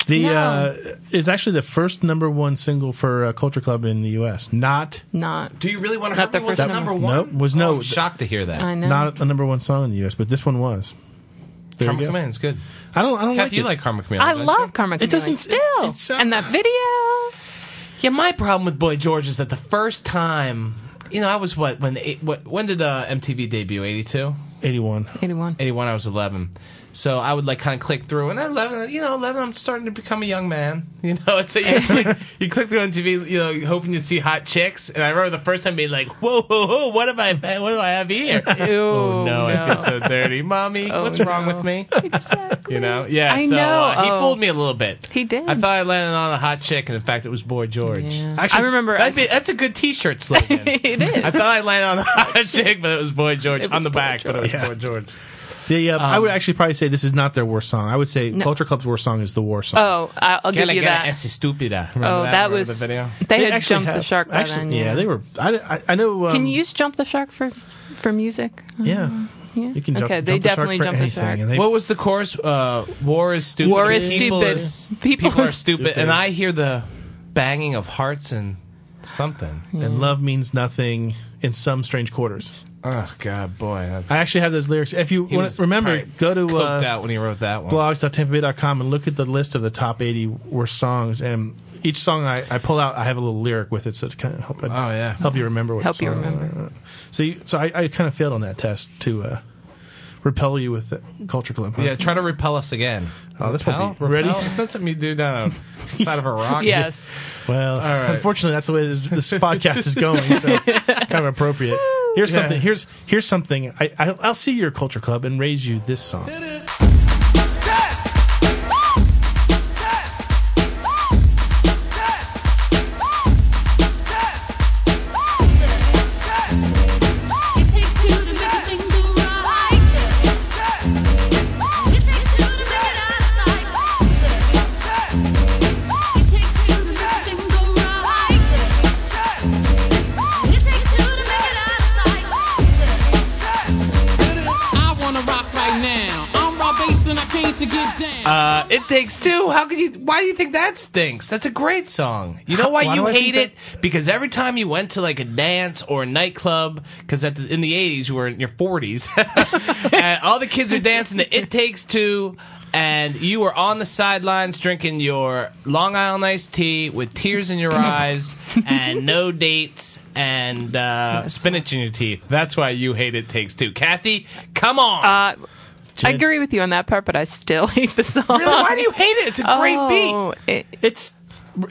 [SPEAKER 6] The
[SPEAKER 10] No.
[SPEAKER 6] uh, is actually the first number one single for uh, Culture Club in the U.S. Not
[SPEAKER 10] Not.
[SPEAKER 9] Do you really want to
[SPEAKER 10] Not
[SPEAKER 9] hurt me?
[SPEAKER 10] the
[SPEAKER 9] Was
[SPEAKER 10] first
[SPEAKER 9] it
[SPEAKER 10] number.
[SPEAKER 9] number one?
[SPEAKER 6] Nope, was no-
[SPEAKER 9] Oh, I'm shocked to hear that.
[SPEAKER 10] I know.
[SPEAKER 6] not a number one song in the U.S., but this one was. There
[SPEAKER 9] Karma
[SPEAKER 6] you go.
[SPEAKER 9] Chameleon's good.
[SPEAKER 6] I don't. I don't
[SPEAKER 9] Kathy,
[SPEAKER 6] like
[SPEAKER 9] you
[SPEAKER 6] it.
[SPEAKER 9] like Karma Chameleon?
[SPEAKER 10] Oh, I
[SPEAKER 9] don't
[SPEAKER 10] love
[SPEAKER 9] you?
[SPEAKER 10] Karma Chameleon.
[SPEAKER 6] It doesn't-
[SPEAKER 10] still.
[SPEAKER 6] it sound-
[SPEAKER 10] and that video.
[SPEAKER 9] Yeah, my problem with Boy George is that the first time, you know, I was what when the eight, what, when did uh, MTV debut? 82?
[SPEAKER 6] eighty-one.
[SPEAKER 10] Anyone?
[SPEAKER 9] 81, I was 11. So I would like kind of click through, and at eleven, you know, eleven, I'm starting to become a young man. [laughs] You know, it's a, you, [laughs] click, you click through on TV, you know, hoping to see hot chicks. And I remember the first time being like, "Whoa, whoa, whoa! What am I? What do I have
[SPEAKER 10] [laughs]
[SPEAKER 9] here? oh no, I feel so dirty, mommy. what's wrong with me? [laughs] You know, yeah.
[SPEAKER 10] Oh, I
[SPEAKER 9] so Uh, he
[SPEAKER 10] know. Oh.
[SPEAKER 9] fooled me a little bit.
[SPEAKER 10] He did. [laughs]
[SPEAKER 9] I thought I landed on a hot chick, and in fact, it was Boy George.
[SPEAKER 10] Yeah. I remember
[SPEAKER 9] that'd
[SPEAKER 10] I
[SPEAKER 9] be- that's a good T-shirt slogan.
[SPEAKER 10] [laughs] it
[SPEAKER 9] [laughs]
[SPEAKER 10] is.
[SPEAKER 9] I thought I landed on a hot chick, but it was Boy George
[SPEAKER 10] It
[SPEAKER 9] on
[SPEAKER 10] was
[SPEAKER 9] the
[SPEAKER 10] Boy
[SPEAKER 9] back, but it was
[SPEAKER 6] George.
[SPEAKER 9] Boy George.
[SPEAKER 6] The, uh, I would
[SPEAKER 9] Um,
[SPEAKER 6] actually probably say this is not their worst song. I would say
[SPEAKER 10] No.
[SPEAKER 6] Culture Club's worst song is the war song.
[SPEAKER 10] Oh, I- I'll give you that.
[SPEAKER 9] estúpida.
[SPEAKER 10] Oh, that, was they, had
[SPEAKER 6] actually
[SPEAKER 10] jumped the
[SPEAKER 6] have-
[SPEAKER 10] shark by
[SPEAKER 6] actually,
[SPEAKER 10] then.
[SPEAKER 6] Yeah. they were. I, I, I know. Um,
[SPEAKER 10] Can you use jump the shark for for music?
[SPEAKER 6] Yeah.
[SPEAKER 10] Yeah.
[SPEAKER 6] You can jump,
[SPEAKER 10] okay,
[SPEAKER 6] jump
[SPEAKER 10] they
[SPEAKER 6] the shark
[SPEAKER 10] definitely
[SPEAKER 6] for
[SPEAKER 10] jumped
[SPEAKER 6] anything,
[SPEAKER 10] the shark.
[SPEAKER 6] and they-
[SPEAKER 9] What was the chorus? Uh, war is stupid.
[SPEAKER 10] War is
[SPEAKER 9] People
[SPEAKER 10] [laughs] stupid.
[SPEAKER 9] is-
[SPEAKER 10] People
[SPEAKER 9] people, are [laughs]
[SPEAKER 10] is-
[SPEAKER 9] stupid. And I hear the banging of hearts and something.
[SPEAKER 10] Mm.
[SPEAKER 6] and love means nothing in some strange quarters.
[SPEAKER 9] Oh God, boy, that's.
[SPEAKER 6] I actually have those lyrics. If you
[SPEAKER 9] he
[SPEAKER 6] wanna,
[SPEAKER 9] was
[SPEAKER 6] remember,
[SPEAKER 9] probably
[SPEAKER 6] go to
[SPEAKER 9] coked
[SPEAKER 6] uh,
[SPEAKER 9] out when he wrote that one.
[SPEAKER 6] blogs.tempobay.com and look at the list of the top 80 worst songs. And each song I, I pull out, I have a little lyric with it, so to kind of help.
[SPEAKER 9] Oh, yeah.
[SPEAKER 6] help you remember what.
[SPEAKER 10] Help you
[SPEAKER 6] song-
[SPEAKER 10] remember.
[SPEAKER 6] So, you, so I, I kind of failed on that test to uh, repel you with the Culture Club. huh?
[SPEAKER 9] Yeah, try to repel us again.
[SPEAKER 6] Oh, this won't
[SPEAKER 9] Repel?
[SPEAKER 6] be- ready?
[SPEAKER 9] Repel? It's not something you do down
[SPEAKER 6] [laughs]
[SPEAKER 9] a side of a rock.
[SPEAKER 10] Yes.
[SPEAKER 6] Well, unfortunately, that's the way this, this podcast is going. So
[SPEAKER 10] [laughs]
[SPEAKER 6] kind of appropriate. Here's
[SPEAKER 9] Yeah.
[SPEAKER 6] something. Here's here's something. I, I I'll see your culture club and raise you this song.
[SPEAKER 12] I wanna rock right now. I'm raw bass and I came to get down.
[SPEAKER 9] Uh, it takes two. How could you? Why do you think that stinks? That's a great song. You know why,
[SPEAKER 6] Why
[SPEAKER 9] you
[SPEAKER 6] do I
[SPEAKER 9] hate
[SPEAKER 6] think
[SPEAKER 9] it? Because every time you went to like a dance or a nightclub, because the, in the '80s you were in your 40s, [laughs] and all the kids are dancing to "It Takes Two, and you were on the sidelines drinking your Long Island iced tea with tears in your eyes and no dates and uh, spinach in your teeth. That's why you hate "It Takes Two. Kathy, come on.
[SPEAKER 10] Uh, [laughs] I agree with you on that part, but I still [laughs] hate the song.
[SPEAKER 9] Really? Why do you hate it? It's a great
[SPEAKER 10] [laughs]
[SPEAKER 9] beat.
[SPEAKER 10] oh, it-
[SPEAKER 6] It's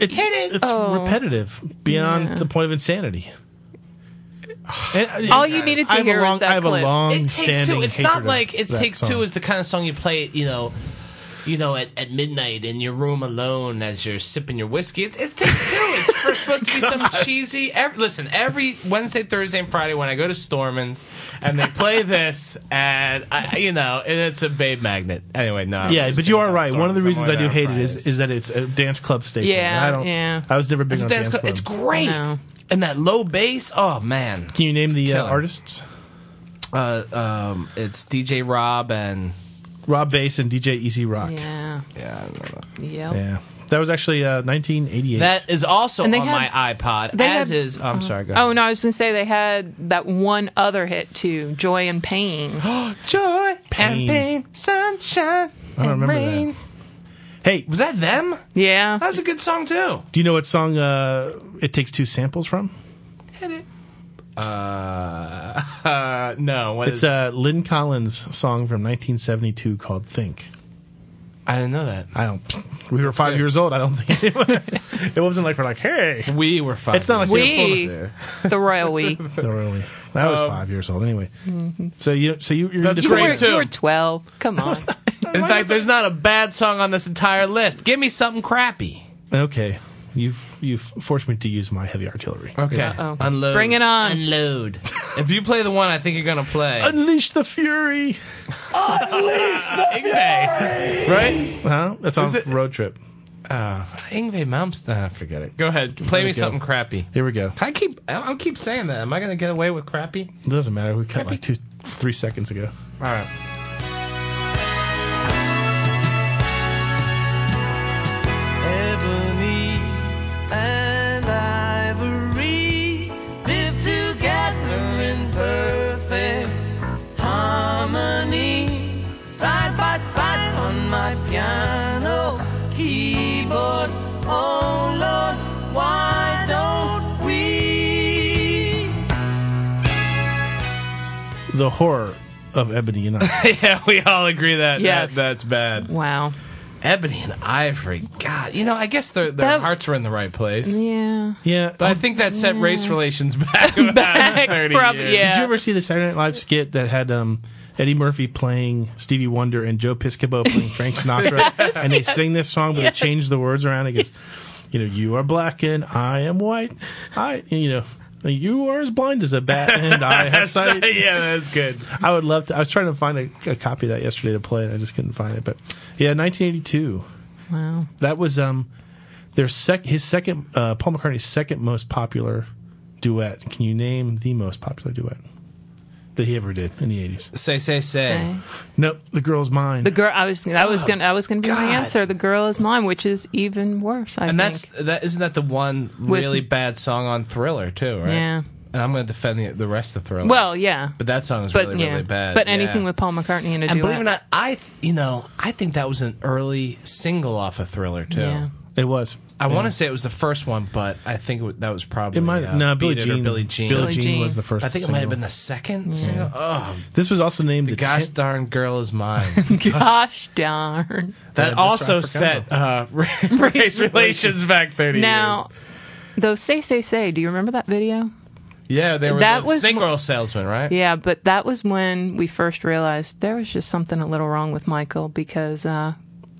[SPEAKER 6] it's
[SPEAKER 9] Hit it.
[SPEAKER 6] it's
[SPEAKER 10] Oh.
[SPEAKER 6] repetitive beyond
[SPEAKER 10] Yeah.
[SPEAKER 6] the point of insanity. And- uh,
[SPEAKER 10] All you needed to
[SPEAKER 6] I have a
[SPEAKER 10] hear was
[SPEAKER 6] long-
[SPEAKER 10] that
[SPEAKER 6] I have
[SPEAKER 10] clip.
[SPEAKER 6] a long
[SPEAKER 9] It takes
[SPEAKER 6] standing
[SPEAKER 9] two. It's
[SPEAKER 6] hatred
[SPEAKER 9] not
[SPEAKER 6] of
[SPEAKER 9] like it
[SPEAKER 6] that
[SPEAKER 9] takes
[SPEAKER 6] song.
[SPEAKER 9] two is the kind of song you play, you know, you know, at, at midnight in your room alone as you're sipping your whiskey. It's, it's takes two. It's
[SPEAKER 6] [laughs]
[SPEAKER 9] first supposed to be some cheesy. Every, listen, every Wednesday, Thursday, and Friday when I go to Storman's and they play this, and I, you know, and it's a babe magnet. Anyway, no. I was
[SPEAKER 6] Yeah,
[SPEAKER 9] just
[SPEAKER 6] but you
[SPEAKER 9] kidding
[SPEAKER 6] are
[SPEAKER 9] about
[SPEAKER 6] right. One of the
[SPEAKER 9] Storman's. I'm
[SPEAKER 6] reasons I
[SPEAKER 9] only
[SPEAKER 6] do
[SPEAKER 9] there
[SPEAKER 6] hate
[SPEAKER 9] on
[SPEAKER 6] it is
[SPEAKER 9] Fridays.
[SPEAKER 6] is that it's a dance club staple.
[SPEAKER 10] Yeah,
[SPEAKER 6] I don't.
[SPEAKER 10] yeah.
[SPEAKER 6] I was never big
[SPEAKER 9] It's a
[SPEAKER 6] on dance,
[SPEAKER 9] dance club.
[SPEAKER 6] club.
[SPEAKER 9] It's great.
[SPEAKER 10] No.
[SPEAKER 9] And that low bass. Oh man.
[SPEAKER 6] Can you name the uh,
[SPEAKER 9] killing.
[SPEAKER 6] artists?
[SPEAKER 9] Uh, um, it's DJ Rob and
[SPEAKER 6] Rob Bass and DJ Easy Rock.
[SPEAKER 10] yeah.
[SPEAKER 9] yeah. I don't know.
[SPEAKER 10] Yep.
[SPEAKER 6] Yeah. That was actually uh, 1988.
[SPEAKER 9] That is also on
[SPEAKER 10] And they
[SPEAKER 9] my
[SPEAKER 10] had-
[SPEAKER 9] iPod.
[SPEAKER 10] they
[SPEAKER 9] As
[SPEAKER 10] had-
[SPEAKER 9] is, I'm sorry. Go ahead.
[SPEAKER 10] Oh no, I was gonna say they had that one other hit too, "Joy and Pain." Oh,
[SPEAKER 9] joy,
[SPEAKER 6] Pain.
[SPEAKER 9] and pain, sunshine.
[SPEAKER 6] I don't remember that. Hey,
[SPEAKER 9] Was that them?
[SPEAKER 10] Yeah,
[SPEAKER 9] That was a good song too.
[SPEAKER 6] do you know what song uh, "It Takes Two Samples" from?
[SPEAKER 9] Uh, no, what
[SPEAKER 6] It's
[SPEAKER 9] is-
[SPEAKER 6] uh, Lynn Collins' song from 1972 called "Think."
[SPEAKER 9] I didn't know that.
[SPEAKER 6] I don't. We were five years old. I don't think it wasn't like we're like, hey,
[SPEAKER 9] We were five.
[SPEAKER 6] It's not like
[SPEAKER 10] We. [laughs] the Royal
[SPEAKER 9] [laughs]
[SPEAKER 10] We. You
[SPEAKER 6] No, really. I was five years old anyway. So you, so you, you're
[SPEAKER 9] Um, mm-hmm. That's
[SPEAKER 6] into-
[SPEAKER 9] Great
[SPEAKER 10] were,
[SPEAKER 9] too.
[SPEAKER 10] you were twelve. Come on.
[SPEAKER 9] In fact, there's not a bad song on this entire list. Give me something crappy.
[SPEAKER 6] Okay, you've you've forced me to use my heavy artillery.
[SPEAKER 9] Okay,
[SPEAKER 10] Uh-oh.
[SPEAKER 9] unload.
[SPEAKER 10] Oh. Bring it
[SPEAKER 9] [laughs]
[SPEAKER 10] on.
[SPEAKER 9] Unload. if you play the one, I think you're gonna play.
[SPEAKER 6] Unleash the fury.
[SPEAKER 9] Ingve, right?
[SPEAKER 6] Huh? That's on
[SPEAKER 9] Is it-
[SPEAKER 6] road trip.
[SPEAKER 9] Ingve Malmsteen. Ah, forget it. Go ahead. Play me
[SPEAKER 6] it go.
[SPEAKER 9] something crappy.
[SPEAKER 6] Here we go.
[SPEAKER 9] I keep. I I'll keep saying that. Am I gonna get away with crappy?
[SPEAKER 6] It doesn't matter. We cut like two, three seconds ago.
[SPEAKER 9] All right.
[SPEAKER 12] Ebony and ivory live together in perfect harmony. Side by side on my piano keyboard. Oh Lord, why don't we?
[SPEAKER 6] The horror of Ebony and Ivory.
[SPEAKER 9] [laughs] yeah, we all agree that,
[SPEAKER 6] Yes.
[SPEAKER 9] that that's bad.
[SPEAKER 10] Wow.
[SPEAKER 9] Ebony and Ivory. God, you know, I guess their their
[SPEAKER 10] That-
[SPEAKER 9] hearts were in the right place.
[SPEAKER 10] Yeah.
[SPEAKER 6] Yeah,
[SPEAKER 9] But I think that set race relations back [laughs] about
[SPEAKER 10] [laughs]
[SPEAKER 9] 30
[SPEAKER 10] prob-
[SPEAKER 9] years.
[SPEAKER 10] yeah.
[SPEAKER 6] Did you ever see the Saturday Night Live skit that had um, Eddie Murphy playing Stevie Wonder and Joe Piscopo playing
[SPEAKER 10] [laughs]
[SPEAKER 6] Frank Sinatra? and they sing this song, but
[SPEAKER 10] yes.
[SPEAKER 6] they change the words around. It goes, you know, you are black and I am white. I, you know, you are as blind as a bat and I
[SPEAKER 10] [laughs]
[SPEAKER 6] have sight.
[SPEAKER 9] yeah, that's good.
[SPEAKER 6] I would love to. I was trying to find a, a copy of that yesterday to play, and I just couldn't find it. But yeah, 1982.
[SPEAKER 10] Wow.
[SPEAKER 6] That was um, their sec his second uh, Paul McCartney's second most popular duet. Can you name the most popular duet that he ever did in the eighties?
[SPEAKER 9] Say, say, say.
[SPEAKER 10] Say.
[SPEAKER 6] Nope, the girl's mine.
[SPEAKER 10] The girl. I was. That was gonna. That was gonna be my
[SPEAKER 9] Oh, God.
[SPEAKER 10] answer. The girl is mine, which is even worse. I
[SPEAKER 9] And
[SPEAKER 10] think.
[SPEAKER 9] that's that isn't that the one
[SPEAKER 10] With-
[SPEAKER 9] really bad song on Thriller too, right?
[SPEAKER 10] Yeah.
[SPEAKER 9] And I'm going to defend the, the rest of Thriller.
[SPEAKER 10] well, yeah.
[SPEAKER 9] but that song is
[SPEAKER 10] But
[SPEAKER 9] really
[SPEAKER 10] yeah.
[SPEAKER 9] really bad.
[SPEAKER 10] But
[SPEAKER 9] yeah.
[SPEAKER 10] anything with Paul McCartney in a
[SPEAKER 9] and
[SPEAKER 10] duet.
[SPEAKER 9] believe it or not, I th- you know I think that was an early single off of Thriller too.
[SPEAKER 10] Yeah.
[SPEAKER 6] It was.
[SPEAKER 9] I want
[SPEAKER 6] Yeah.
[SPEAKER 9] to say it was the first one, but I think it wa- that was probably
[SPEAKER 6] It might
[SPEAKER 9] uh,
[SPEAKER 6] no
[SPEAKER 9] Beat
[SPEAKER 6] Billie
[SPEAKER 9] It
[SPEAKER 6] Jean.
[SPEAKER 9] or Billie Jean.
[SPEAKER 6] Billie Jean was the first.
[SPEAKER 9] I think it might have been
[SPEAKER 6] single.
[SPEAKER 9] the second single. Oh,
[SPEAKER 6] This was also named the,
[SPEAKER 9] gosh
[SPEAKER 6] tenth-
[SPEAKER 9] darn girl is mine. [laughs]
[SPEAKER 10] [laughs] Gosh darn.
[SPEAKER 9] That
[SPEAKER 6] that's
[SPEAKER 9] also
[SPEAKER 6] right, I
[SPEAKER 9] set
[SPEAKER 6] forgot
[SPEAKER 9] uh, [laughs] race, relations back thirty
[SPEAKER 10] Now, though, say say say. Do you remember that video?
[SPEAKER 9] years. Yeah, there was
[SPEAKER 10] that
[SPEAKER 9] a
[SPEAKER 10] was
[SPEAKER 9] snake
[SPEAKER 10] mo-
[SPEAKER 9] oil salesman, right?
[SPEAKER 10] Yeah, but that was when we first realized there was just something a little wrong with Michael because uh,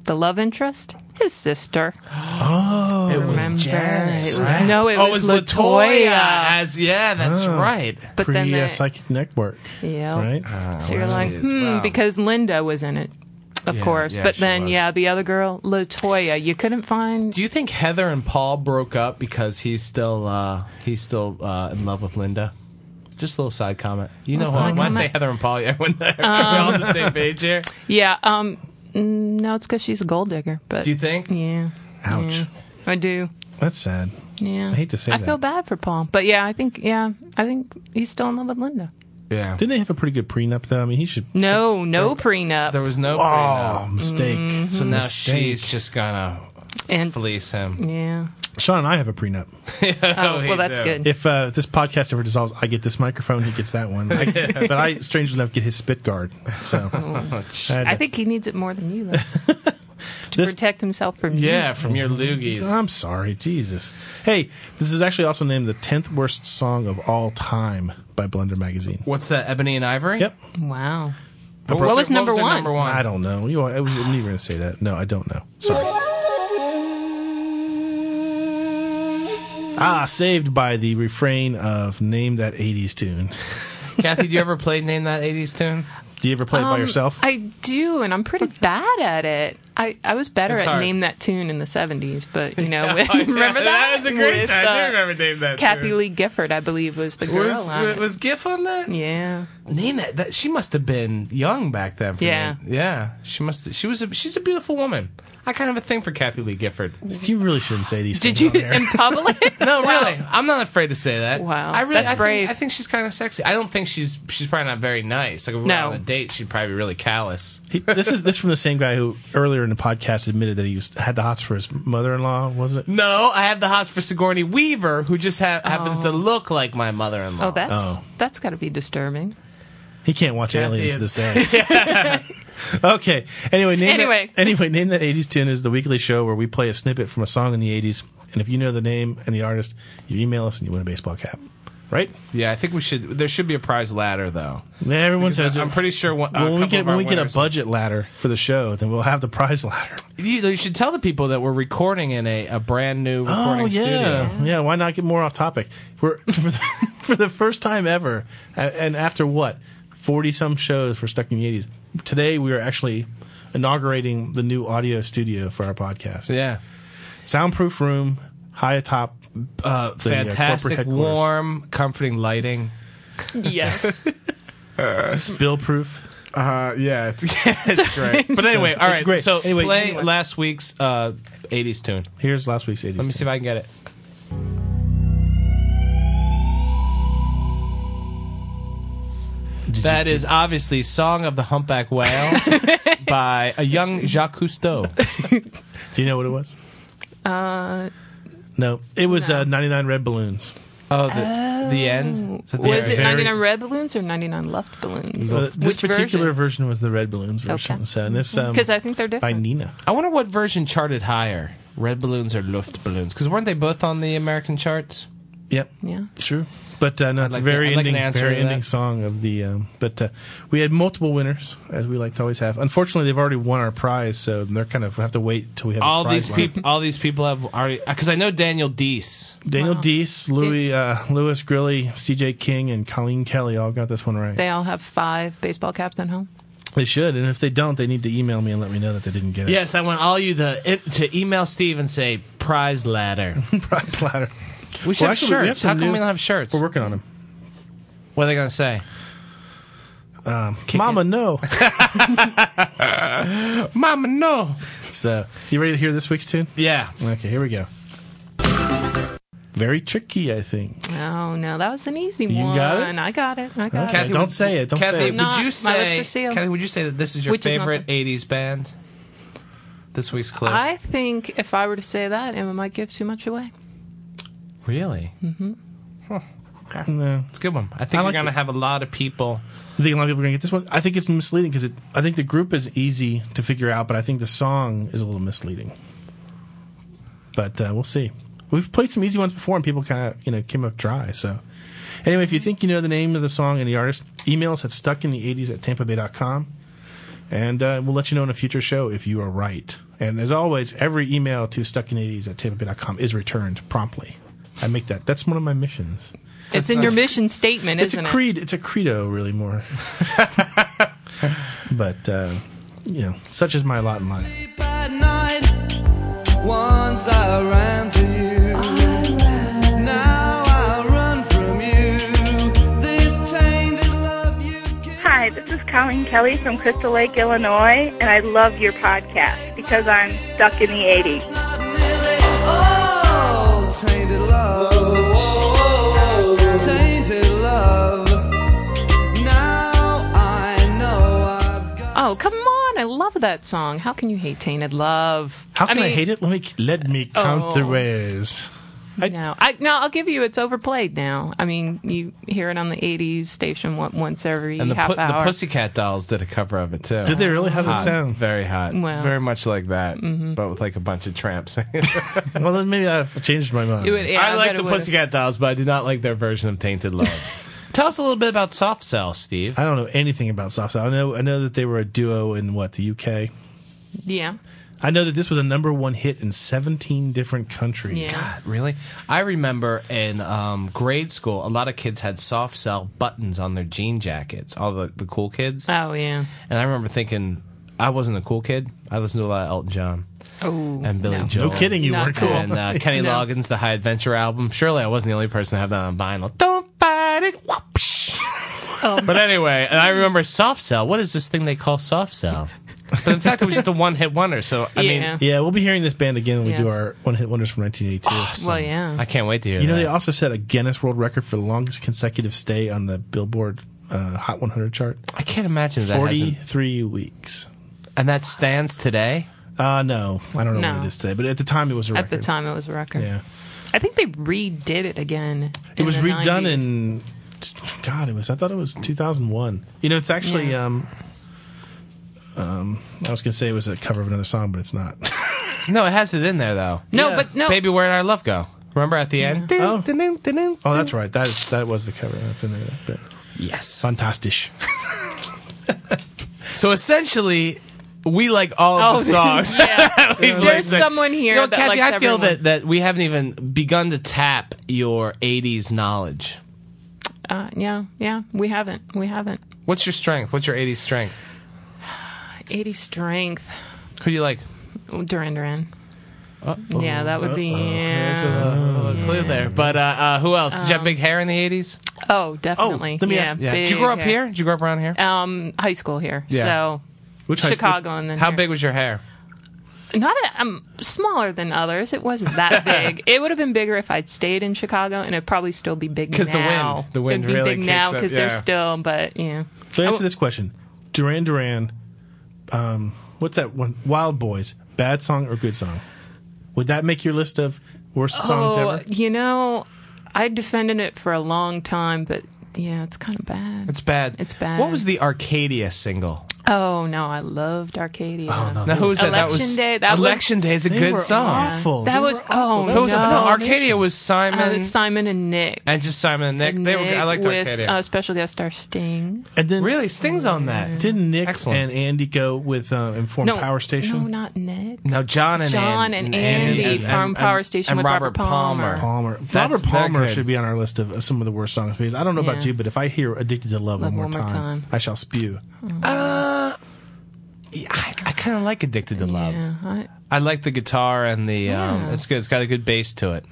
[SPEAKER 10] the love interest, his sister.
[SPEAKER 6] Oh,
[SPEAKER 9] It was
[SPEAKER 10] Remember,
[SPEAKER 9] Janice.
[SPEAKER 10] it was-
[SPEAKER 9] right?
[SPEAKER 10] no, it
[SPEAKER 9] oh,
[SPEAKER 10] was
[SPEAKER 9] it was
[SPEAKER 10] Latoya.
[SPEAKER 9] As yeah, that's
[SPEAKER 6] Oh.
[SPEAKER 9] right.
[SPEAKER 10] But
[SPEAKER 6] pre
[SPEAKER 10] then
[SPEAKER 6] uh,
[SPEAKER 10] they-
[SPEAKER 6] psychic network,
[SPEAKER 10] Yeah.
[SPEAKER 6] right?
[SPEAKER 10] So you're
[SPEAKER 9] wow.
[SPEAKER 10] like,
[SPEAKER 9] Jeez,
[SPEAKER 10] hmm,
[SPEAKER 9] wow.
[SPEAKER 10] because Linda was in it, of
[SPEAKER 9] Yeah,
[SPEAKER 10] course.
[SPEAKER 9] yeah,
[SPEAKER 10] but
[SPEAKER 9] she
[SPEAKER 10] then,
[SPEAKER 9] was.
[SPEAKER 10] yeah, the other girl, Latoya, you couldn't find.
[SPEAKER 9] Do you think Heather and Paul broke up because he's still uh, he's still uh, in love with Linda? Just a little side comment. You know,
[SPEAKER 10] Little
[SPEAKER 9] who-
[SPEAKER 10] side
[SPEAKER 9] when I say
[SPEAKER 10] comment? Um,
[SPEAKER 9] Heather and Paul, everyone there, we're [laughs] all on the same page here.
[SPEAKER 10] Yeah. Um. mm, No, it's because she's a gold digger. But
[SPEAKER 9] Do you think?
[SPEAKER 10] Yeah.
[SPEAKER 6] Ouch,
[SPEAKER 10] yeah, I do.
[SPEAKER 6] that's sad.
[SPEAKER 10] Yeah.
[SPEAKER 6] I hate to say
[SPEAKER 10] I
[SPEAKER 6] that.
[SPEAKER 10] feel bad for Paul, but yeah, I think yeah, I think he's still in love with Linda.
[SPEAKER 9] Yeah.
[SPEAKER 6] Didn't they have a pretty good prenup though? I mean, he should.
[SPEAKER 10] No, no prenup.
[SPEAKER 9] There was no.
[SPEAKER 6] Oh,
[SPEAKER 9] prenup.
[SPEAKER 6] mistake.
[SPEAKER 9] Mm-hmm. So now
[SPEAKER 6] Mistake.
[SPEAKER 9] she's just gonna
[SPEAKER 10] and
[SPEAKER 9] fleece him.
[SPEAKER 10] yeah.
[SPEAKER 6] Sean and I have a prenup.
[SPEAKER 10] Oh,
[SPEAKER 9] he
[SPEAKER 10] well, that's
[SPEAKER 9] did.
[SPEAKER 10] good.
[SPEAKER 6] If uh, this podcast ever dissolves, I get this microphone. He gets that
[SPEAKER 9] [laughs]
[SPEAKER 6] one. I, but I, strangely enough, get his spit guard. So
[SPEAKER 9] Oh,
[SPEAKER 6] had
[SPEAKER 10] I
[SPEAKER 6] to-
[SPEAKER 10] think he needs it more
[SPEAKER 6] [laughs]
[SPEAKER 10] than you, though, to
[SPEAKER 6] This-
[SPEAKER 10] protect himself from you.
[SPEAKER 9] Yeah, from your loogies.
[SPEAKER 6] I'm sorry, Jesus. Hey, this is actually also named the tenth worst song of all time by Blender Magazine.
[SPEAKER 9] What's that? Ebony and Ivory.
[SPEAKER 6] Yep.
[SPEAKER 10] Wow.
[SPEAKER 9] What
[SPEAKER 10] was
[SPEAKER 9] their-
[SPEAKER 10] number
[SPEAKER 9] their
[SPEAKER 10] one?
[SPEAKER 9] Number one.
[SPEAKER 10] [laughs]
[SPEAKER 6] I don't know. You, I was never going to say that. No, I don't know. Sorry. Ah, saved by the refrain of "Name that '80s tune."
[SPEAKER 9] Kathy, do you ever play Name That 80s Tune?
[SPEAKER 6] Do you ever play it by
[SPEAKER 10] Um,
[SPEAKER 6] yourself?
[SPEAKER 10] I do, and I'm pretty bad at it. I, I was better
[SPEAKER 9] It's
[SPEAKER 10] at
[SPEAKER 9] hard.
[SPEAKER 10] name that tune in the 70s, but
[SPEAKER 9] [laughs]
[SPEAKER 10] you know, [laughs] remember that? With, uh,
[SPEAKER 9] Name That
[SPEAKER 10] Kathy Lee Gifford, I believe, was the girl.
[SPEAKER 9] Was,
[SPEAKER 10] on it.
[SPEAKER 9] was GIF on that?
[SPEAKER 10] yeah.
[SPEAKER 9] Name that, that. She must have been young back then. For
[SPEAKER 10] Yeah.
[SPEAKER 9] me. Yeah. She must. She was. A, she's a beautiful woman. I kind of have a thing for Kathy Lee Gifford.
[SPEAKER 6] you really shouldn't say these
[SPEAKER 10] Did
[SPEAKER 6] things
[SPEAKER 10] you
[SPEAKER 6] on air.
[SPEAKER 10] [laughs]
[SPEAKER 6] [laughs]
[SPEAKER 10] in public?
[SPEAKER 9] No, really, I'm not afraid to say that.
[SPEAKER 10] Wow.
[SPEAKER 9] I really,
[SPEAKER 10] That's
[SPEAKER 9] I
[SPEAKER 10] brave.
[SPEAKER 9] Think, I think she's kind of sexy. I don't think she's. She's probably not very nice. Like if we were
[SPEAKER 10] No.
[SPEAKER 9] on a date, she'd probably be really callous.
[SPEAKER 6] He- this is this from the same guy who earlier in the podcast admitted that he was, had the hots for his mother-in-law, was it?
[SPEAKER 9] No, I have the hots for Sigourney Weaver, who just ha- happens to look like my mother-in-law.
[SPEAKER 10] Oh, that's
[SPEAKER 6] Oh.
[SPEAKER 10] that's got to be disturbing.
[SPEAKER 6] He can't watch
[SPEAKER 9] Kathy,
[SPEAKER 6] Alien to this day. [laughs]
[SPEAKER 9] it's-
[SPEAKER 6] okay. Anyway, name
[SPEAKER 10] Anyway.
[SPEAKER 6] That, anyway, name that '80s tune is the weekly show where we play a snippet from a song in the '80s, and if you know the name and the artist, you email us and you win a baseball cap, right?
[SPEAKER 9] Yeah, I think we should. There should be a prize ladder, though.
[SPEAKER 6] Everyone
[SPEAKER 9] Because
[SPEAKER 6] says
[SPEAKER 9] I'm pretty sure one, a
[SPEAKER 6] when we
[SPEAKER 9] couple
[SPEAKER 6] get
[SPEAKER 9] of
[SPEAKER 6] when
[SPEAKER 9] our
[SPEAKER 6] we get a
[SPEAKER 9] winners-
[SPEAKER 6] budget ladder for the show, then we'll have the prize ladder.
[SPEAKER 9] You, you should tell the people that we're recording in a, a brand new
[SPEAKER 6] oh
[SPEAKER 9] recording
[SPEAKER 6] yeah,
[SPEAKER 9] studio.
[SPEAKER 6] yeah. Why not get more off topic? We're [laughs] for the, for the first time ever, a- and after what forty some shows for Stuck in the Eighties. Today we are actually inaugurating the new audio studio for our podcast.
[SPEAKER 9] Yeah,
[SPEAKER 6] Soundproof room, high atop,
[SPEAKER 9] uh,
[SPEAKER 6] The, uh, corporate
[SPEAKER 9] fantastic,
[SPEAKER 6] headquarters.
[SPEAKER 9] warm, comforting lighting.
[SPEAKER 10] [laughs] Yes.
[SPEAKER 6] spill proof.
[SPEAKER 9] Uh, yeah, it's, [laughs] it's great. But anyway,
[SPEAKER 6] So-
[SPEAKER 9] all
[SPEAKER 6] it's
[SPEAKER 9] right.
[SPEAKER 6] great.
[SPEAKER 9] So
[SPEAKER 6] Anyway,
[SPEAKER 9] play
[SPEAKER 6] anyway.
[SPEAKER 9] last week's uh, '80s tune.
[SPEAKER 6] Here's last week's eighties.
[SPEAKER 9] Let me see if I can get it. That is obviously "Song of the Humpback [laughs] Whale" by a young Jacques Cousteau.
[SPEAKER 6] Do you know what it was?
[SPEAKER 10] uh,
[SPEAKER 6] No, it was
[SPEAKER 10] No.
[SPEAKER 6] uh, ninety nine red balloons.
[SPEAKER 9] Oh, the, the end. Is that the
[SPEAKER 10] Was it
[SPEAKER 9] very-
[SPEAKER 10] 99 red balloons or 99 left balloons?
[SPEAKER 6] Well, Uh, this
[SPEAKER 10] Which
[SPEAKER 6] particular version? was the Red Balloons version.
[SPEAKER 10] Okay.
[SPEAKER 6] So and this um,
[SPEAKER 10] 'Cause I think they're
[SPEAKER 6] by
[SPEAKER 10] different.
[SPEAKER 6] Nina.
[SPEAKER 9] I wonder what version charted higher, red balloons or Luft balloons? Because weren't they both on the American charts?
[SPEAKER 6] Yep.
[SPEAKER 10] Yeah.
[SPEAKER 6] True. But uh, no, it's
[SPEAKER 9] like
[SPEAKER 6] a
[SPEAKER 9] to-
[SPEAKER 6] very
[SPEAKER 9] I'd like an
[SPEAKER 6] ending,
[SPEAKER 9] answer
[SPEAKER 6] very
[SPEAKER 9] to that.
[SPEAKER 6] ending song of the. Um, but uh, we had multiple winners, as we like to always have. Unfortunately, they've already won our prize, so they're kind of have to wait till we have a
[SPEAKER 9] all
[SPEAKER 6] prize
[SPEAKER 9] these
[SPEAKER 6] winner.
[SPEAKER 9] people, all these people have already. Because I know Daniel Deese.
[SPEAKER 6] Daniel Deese, Louis, uh, Louis Grilly, C.J. King, and Colleen Kelly all got this one right.
[SPEAKER 10] They all have five baseball caps at home.
[SPEAKER 6] They should, and if they don't, they need to email me and let me know that they didn't get it.
[SPEAKER 9] Yes, I want all you to e-, to email Steve and say prize ladder.
[SPEAKER 6] [laughs] prize ladder.
[SPEAKER 9] We should
[SPEAKER 6] Well,
[SPEAKER 9] have
[SPEAKER 6] actually, we have
[SPEAKER 9] shirts.
[SPEAKER 6] some
[SPEAKER 9] How come
[SPEAKER 6] new-
[SPEAKER 9] we don't have shirts?
[SPEAKER 6] We're working on them.
[SPEAKER 9] What are they gonna say?
[SPEAKER 6] Um, Mama, no.
[SPEAKER 9] Mama, no.
[SPEAKER 6] [laughs] So, you ready to hear this week's tune?
[SPEAKER 9] Yeah.
[SPEAKER 6] Okay, here we go. Very tricky, I think.
[SPEAKER 10] Oh, no, that was an easy
[SPEAKER 6] You
[SPEAKER 10] one.
[SPEAKER 6] got it?
[SPEAKER 10] I got it. I got
[SPEAKER 6] Kathy,
[SPEAKER 10] it.
[SPEAKER 6] don't say it. Don't
[SPEAKER 9] Kathy,
[SPEAKER 6] say it.
[SPEAKER 9] would
[SPEAKER 10] not.
[SPEAKER 9] you
[SPEAKER 10] My lips
[SPEAKER 9] say?
[SPEAKER 10] are sealed.
[SPEAKER 9] Kathy, would you say that this is your
[SPEAKER 10] Which is not
[SPEAKER 9] favorite '80s band? This week's clip.
[SPEAKER 10] I think if I were to say that, Emma might give too much away.
[SPEAKER 9] really?
[SPEAKER 10] Mm-hmm.
[SPEAKER 6] No.
[SPEAKER 9] It's a good one. I
[SPEAKER 6] I
[SPEAKER 9] think we're
[SPEAKER 6] like
[SPEAKER 9] gonna
[SPEAKER 6] the-
[SPEAKER 9] have a lot of people.
[SPEAKER 6] You think a lot of people are going to get this one? I think it's misleading because I think the group is easy to figure out, but I think the song is a little misleading. But uh, we'll see. We've played some easy ones before, and people kind of you know came up dry. So anyway, if you think you know the name of the song and the artist, email us at stuckinthe80s at tampabay.com. And uh, we'll let you know in a future show if you are right. And as always, every email to stuckinthe80s at tampabay.com is returned promptly. I make that. That's one of my missions.
[SPEAKER 10] It's in your mission statement,
[SPEAKER 6] It's a
[SPEAKER 10] isn't
[SPEAKER 6] creed. It's a credo, really more. [laughs] but uh, you know, such is my lot in life.
[SPEAKER 11] At night, once I ran to you. Now I run from you. This tainted love you.
[SPEAKER 13] Hi, this is Colleen Kelly from Crystal Lake, Illinois, and I love your podcast because I'm stuck in the 80s.
[SPEAKER 11] Oh, tainted love. Tainted love. Now I know I.
[SPEAKER 10] it? Oh, come on. I love that song. How can you hate Tainted Love?
[SPEAKER 6] How can I,
[SPEAKER 10] mean,
[SPEAKER 6] hate it? Let me let me count the
[SPEAKER 10] Oh.
[SPEAKER 6] ways.
[SPEAKER 10] No, I, no, I'll give you. It's overplayed now. I mean, you hear it on the '80s station on- once every
[SPEAKER 9] And the,
[SPEAKER 10] half
[SPEAKER 9] pu- the
[SPEAKER 10] hour.
[SPEAKER 9] Pussycat Dolls did a cover of it too.
[SPEAKER 6] Did they really have it
[SPEAKER 9] hot,
[SPEAKER 6] sound?
[SPEAKER 9] Very hot.
[SPEAKER 10] Wow.
[SPEAKER 9] Very much like that,
[SPEAKER 10] Mm-hmm.
[SPEAKER 9] but with like a bunch of
[SPEAKER 6] [laughs]
[SPEAKER 9] tramps.
[SPEAKER 6] well, then maybe I've changed my mind.
[SPEAKER 10] It would- yeah,
[SPEAKER 9] I
[SPEAKER 10] I
[SPEAKER 9] like
[SPEAKER 10] bet it
[SPEAKER 9] the
[SPEAKER 10] would've.
[SPEAKER 9] Pussycat Dolls, but I do not like their version of
[SPEAKER 6] [laughs]
[SPEAKER 9] Tainted Love. Tell us a little bit about Soft Cell, Steve.
[SPEAKER 6] I don't know anything about soft cell. I know I know that they were a duo in what the UK.
[SPEAKER 10] yeah,
[SPEAKER 6] I know that this was a number one hit in 17 different countries.
[SPEAKER 10] Yeah. God.
[SPEAKER 9] Really? I remember in um, grade school, a lot of kids had soft cell buttons on their jean jackets, all the, the cool kids.
[SPEAKER 10] oh yeah,
[SPEAKER 9] And I remember thinking, I wasn't a cool kid. I listened to a lot of Elton John
[SPEAKER 10] oh
[SPEAKER 9] and Billy
[SPEAKER 10] no.
[SPEAKER 9] Joel.
[SPEAKER 6] No kidding, you
[SPEAKER 10] Not
[SPEAKER 6] weren't cool.
[SPEAKER 10] cool.
[SPEAKER 9] And
[SPEAKER 10] [laughs]
[SPEAKER 9] uh, Kenny
[SPEAKER 10] No.
[SPEAKER 9] Loggins, the High Adventure album. Surely I wasn't the only person to have that on vinyl. Don't fight it. Whoopsh. But anyway, and I remember soft cell. What is this thing they call soft cell? But in fact, it was just a one hit wonder. So, I
[SPEAKER 10] Yeah.
[SPEAKER 9] mean,
[SPEAKER 6] yeah, we'll be hearing this band again when we do
[SPEAKER 10] Yes. Oh,
[SPEAKER 6] our one hit wonders from 1982.
[SPEAKER 10] Well, yeah.
[SPEAKER 9] I can't wait to hear
[SPEAKER 6] You know,
[SPEAKER 9] that.
[SPEAKER 6] they also set a Guinness World Record for the longest consecutive stay on the Billboard uh, Hot 100 chart.
[SPEAKER 9] I can't imagine that. hasn't-
[SPEAKER 6] 43 weeks.
[SPEAKER 9] And that stands today?
[SPEAKER 6] Uh, no, I don't know
[SPEAKER 10] No.
[SPEAKER 6] what it is today, but at the time it was a
[SPEAKER 10] At the
[SPEAKER 6] record.
[SPEAKER 10] time, it was a record.
[SPEAKER 6] yeah,
[SPEAKER 10] I think they redid it again.
[SPEAKER 6] it was redone
[SPEAKER 10] 90s.
[SPEAKER 6] in God, it was. I thought it was 2001. You know, it's actually.
[SPEAKER 10] Yeah.
[SPEAKER 6] Um, um, I was gonna say it was a cover of another song, but it's not. [laughs]
[SPEAKER 9] No, it has it in there, though.
[SPEAKER 10] No,
[SPEAKER 6] yeah.
[SPEAKER 10] but no.
[SPEAKER 9] Baby, where did our love go? Remember at the end?
[SPEAKER 6] Oh.
[SPEAKER 9] Ding, ding, ding,
[SPEAKER 6] oh, that's right. That is that was the cover. That's in there. But
[SPEAKER 9] Yes.
[SPEAKER 6] fantastic.
[SPEAKER 9] So essentially, we like all of
[SPEAKER 10] Oh,
[SPEAKER 9] the songs.
[SPEAKER 10] [laughs] yeah.
[SPEAKER 9] [laughs] We like
[SPEAKER 10] There's
[SPEAKER 9] the-
[SPEAKER 10] someone here
[SPEAKER 9] You know,
[SPEAKER 10] that
[SPEAKER 9] Kathy,
[SPEAKER 10] likes
[SPEAKER 9] I feel
[SPEAKER 10] everyone.
[SPEAKER 9] that, that we haven't even begun to tap your 80s knowledge.
[SPEAKER 10] Uh, yeah, yeah. We haven't. We haven't.
[SPEAKER 9] What's your strength? What's your 80s strength?
[SPEAKER 10] 80 strength.
[SPEAKER 9] Who do you like?
[SPEAKER 10] Duran Duran. Yeah, that would be.
[SPEAKER 9] There's a
[SPEAKER 10] Uh, Yeah.
[SPEAKER 9] little clue there. But uh, uh, who else? Did you have big hair in the 80s?
[SPEAKER 10] Oh, definitely.
[SPEAKER 6] let me
[SPEAKER 10] yeah,
[SPEAKER 6] ask-
[SPEAKER 9] Yeah. Did you
[SPEAKER 10] big
[SPEAKER 9] grow up
[SPEAKER 10] hair.
[SPEAKER 9] here? Did you grow up around here?
[SPEAKER 10] Um, high school here.
[SPEAKER 9] Yeah.
[SPEAKER 10] So
[SPEAKER 6] Which high school-
[SPEAKER 10] Chicago and then
[SPEAKER 9] How
[SPEAKER 10] here.
[SPEAKER 9] big was your hair?
[SPEAKER 10] Not a, um, smaller than others. It
[SPEAKER 9] [laughs]
[SPEAKER 10] wasn't that big. it would have been bigger if I'd stayed in Chicago, and it'd probably still be big now.
[SPEAKER 9] 'Cause the wind- the wind
[SPEAKER 10] It'd be
[SPEAKER 9] really
[SPEAKER 10] big
[SPEAKER 9] kicks
[SPEAKER 10] now
[SPEAKER 9] up,
[SPEAKER 10] because
[SPEAKER 9] yeah.
[SPEAKER 10] they're still. But yeah,
[SPEAKER 6] So answer this question: Duran Duran, um, what's that one? Wild Boys, bad song or good song? Would that make your list of worst songs
[SPEAKER 10] oh,
[SPEAKER 6] ever?
[SPEAKER 10] you know, I defended it for a long time, but yeah, it's kind of bad.
[SPEAKER 9] It's bad.
[SPEAKER 10] It's bad.
[SPEAKER 9] What was the Arcadia single?
[SPEAKER 10] Oh no, I loved Arcadia. Oh
[SPEAKER 9] no, Now, who was that? That
[SPEAKER 10] Election
[SPEAKER 9] was-
[SPEAKER 10] Day. That
[SPEAKER 9] Election
[SPEAKER 10] was,
[SPEAKER 9] Day is a They good were song. awful.
[SPEAKER 10] That
[SPEAKER 9] They
[SPEAKER 10] was
[SPEAKER 9] were
[SPEAKER 10] oh
[SPEAKER 9] awful. That was
[SPEAKER 10] no.
[SPEAKER 9] a No, Arcadia was Simon-
[SPEAKER 10] Uh, it was Simon and Nick.
[SPEAKER 9] And just Simon and Nick. they were. I liked
[SPEAKER 10] with,
[SPEAKER 9] Arcadia.
[SPEAKER 10] Uh, special guest star Sting.
[SPEAKER 6] And then
[SPEAKER 9] really stings on
[SPEAKER 10] Mm-hmm.
[SPEAKER 9] that.
[SPEAKER 6] Didn't Nick and Andy go with uh, Inform
[SPEAKER 10] no,
[SPEAKER 6] Power Station?
[SPEAKER 10] No, not Nick.
[SPEAKER 9] No, John and
[SPEAKER 10] John
[SPEAKER 9] An-
[SPEAKER 10] and Andy from Power Station
[SPEAKER 9] and
[SPEAKER 10] with Robert Palmer.
[SPEAKER 6] Palmer.
[SPEAKER 9] That's-
[SPEAKER 6] Robert
[SPEAKER 9] that
[SPEAKER 6] Palmer
[SPEAKER 9] could-
[SPEAKER 6] should be on our list of uh, some of the worst songs because I don't know about
[SPEAKER 9] Yeah.
[SPEAKER 6] you, but if I hear "Addicted to Love" one more, time, I shall spew.
[SPEAKER 9] Uh, yeah, I, I kind of like Addicted to Love.
[SPEAKER 10] I,
[SPEAKER 9] I like the guitar and the. Um,
[SPEAKER 10] Yeah.
[SPEAKER 9] it's good. It's got a good bass to it.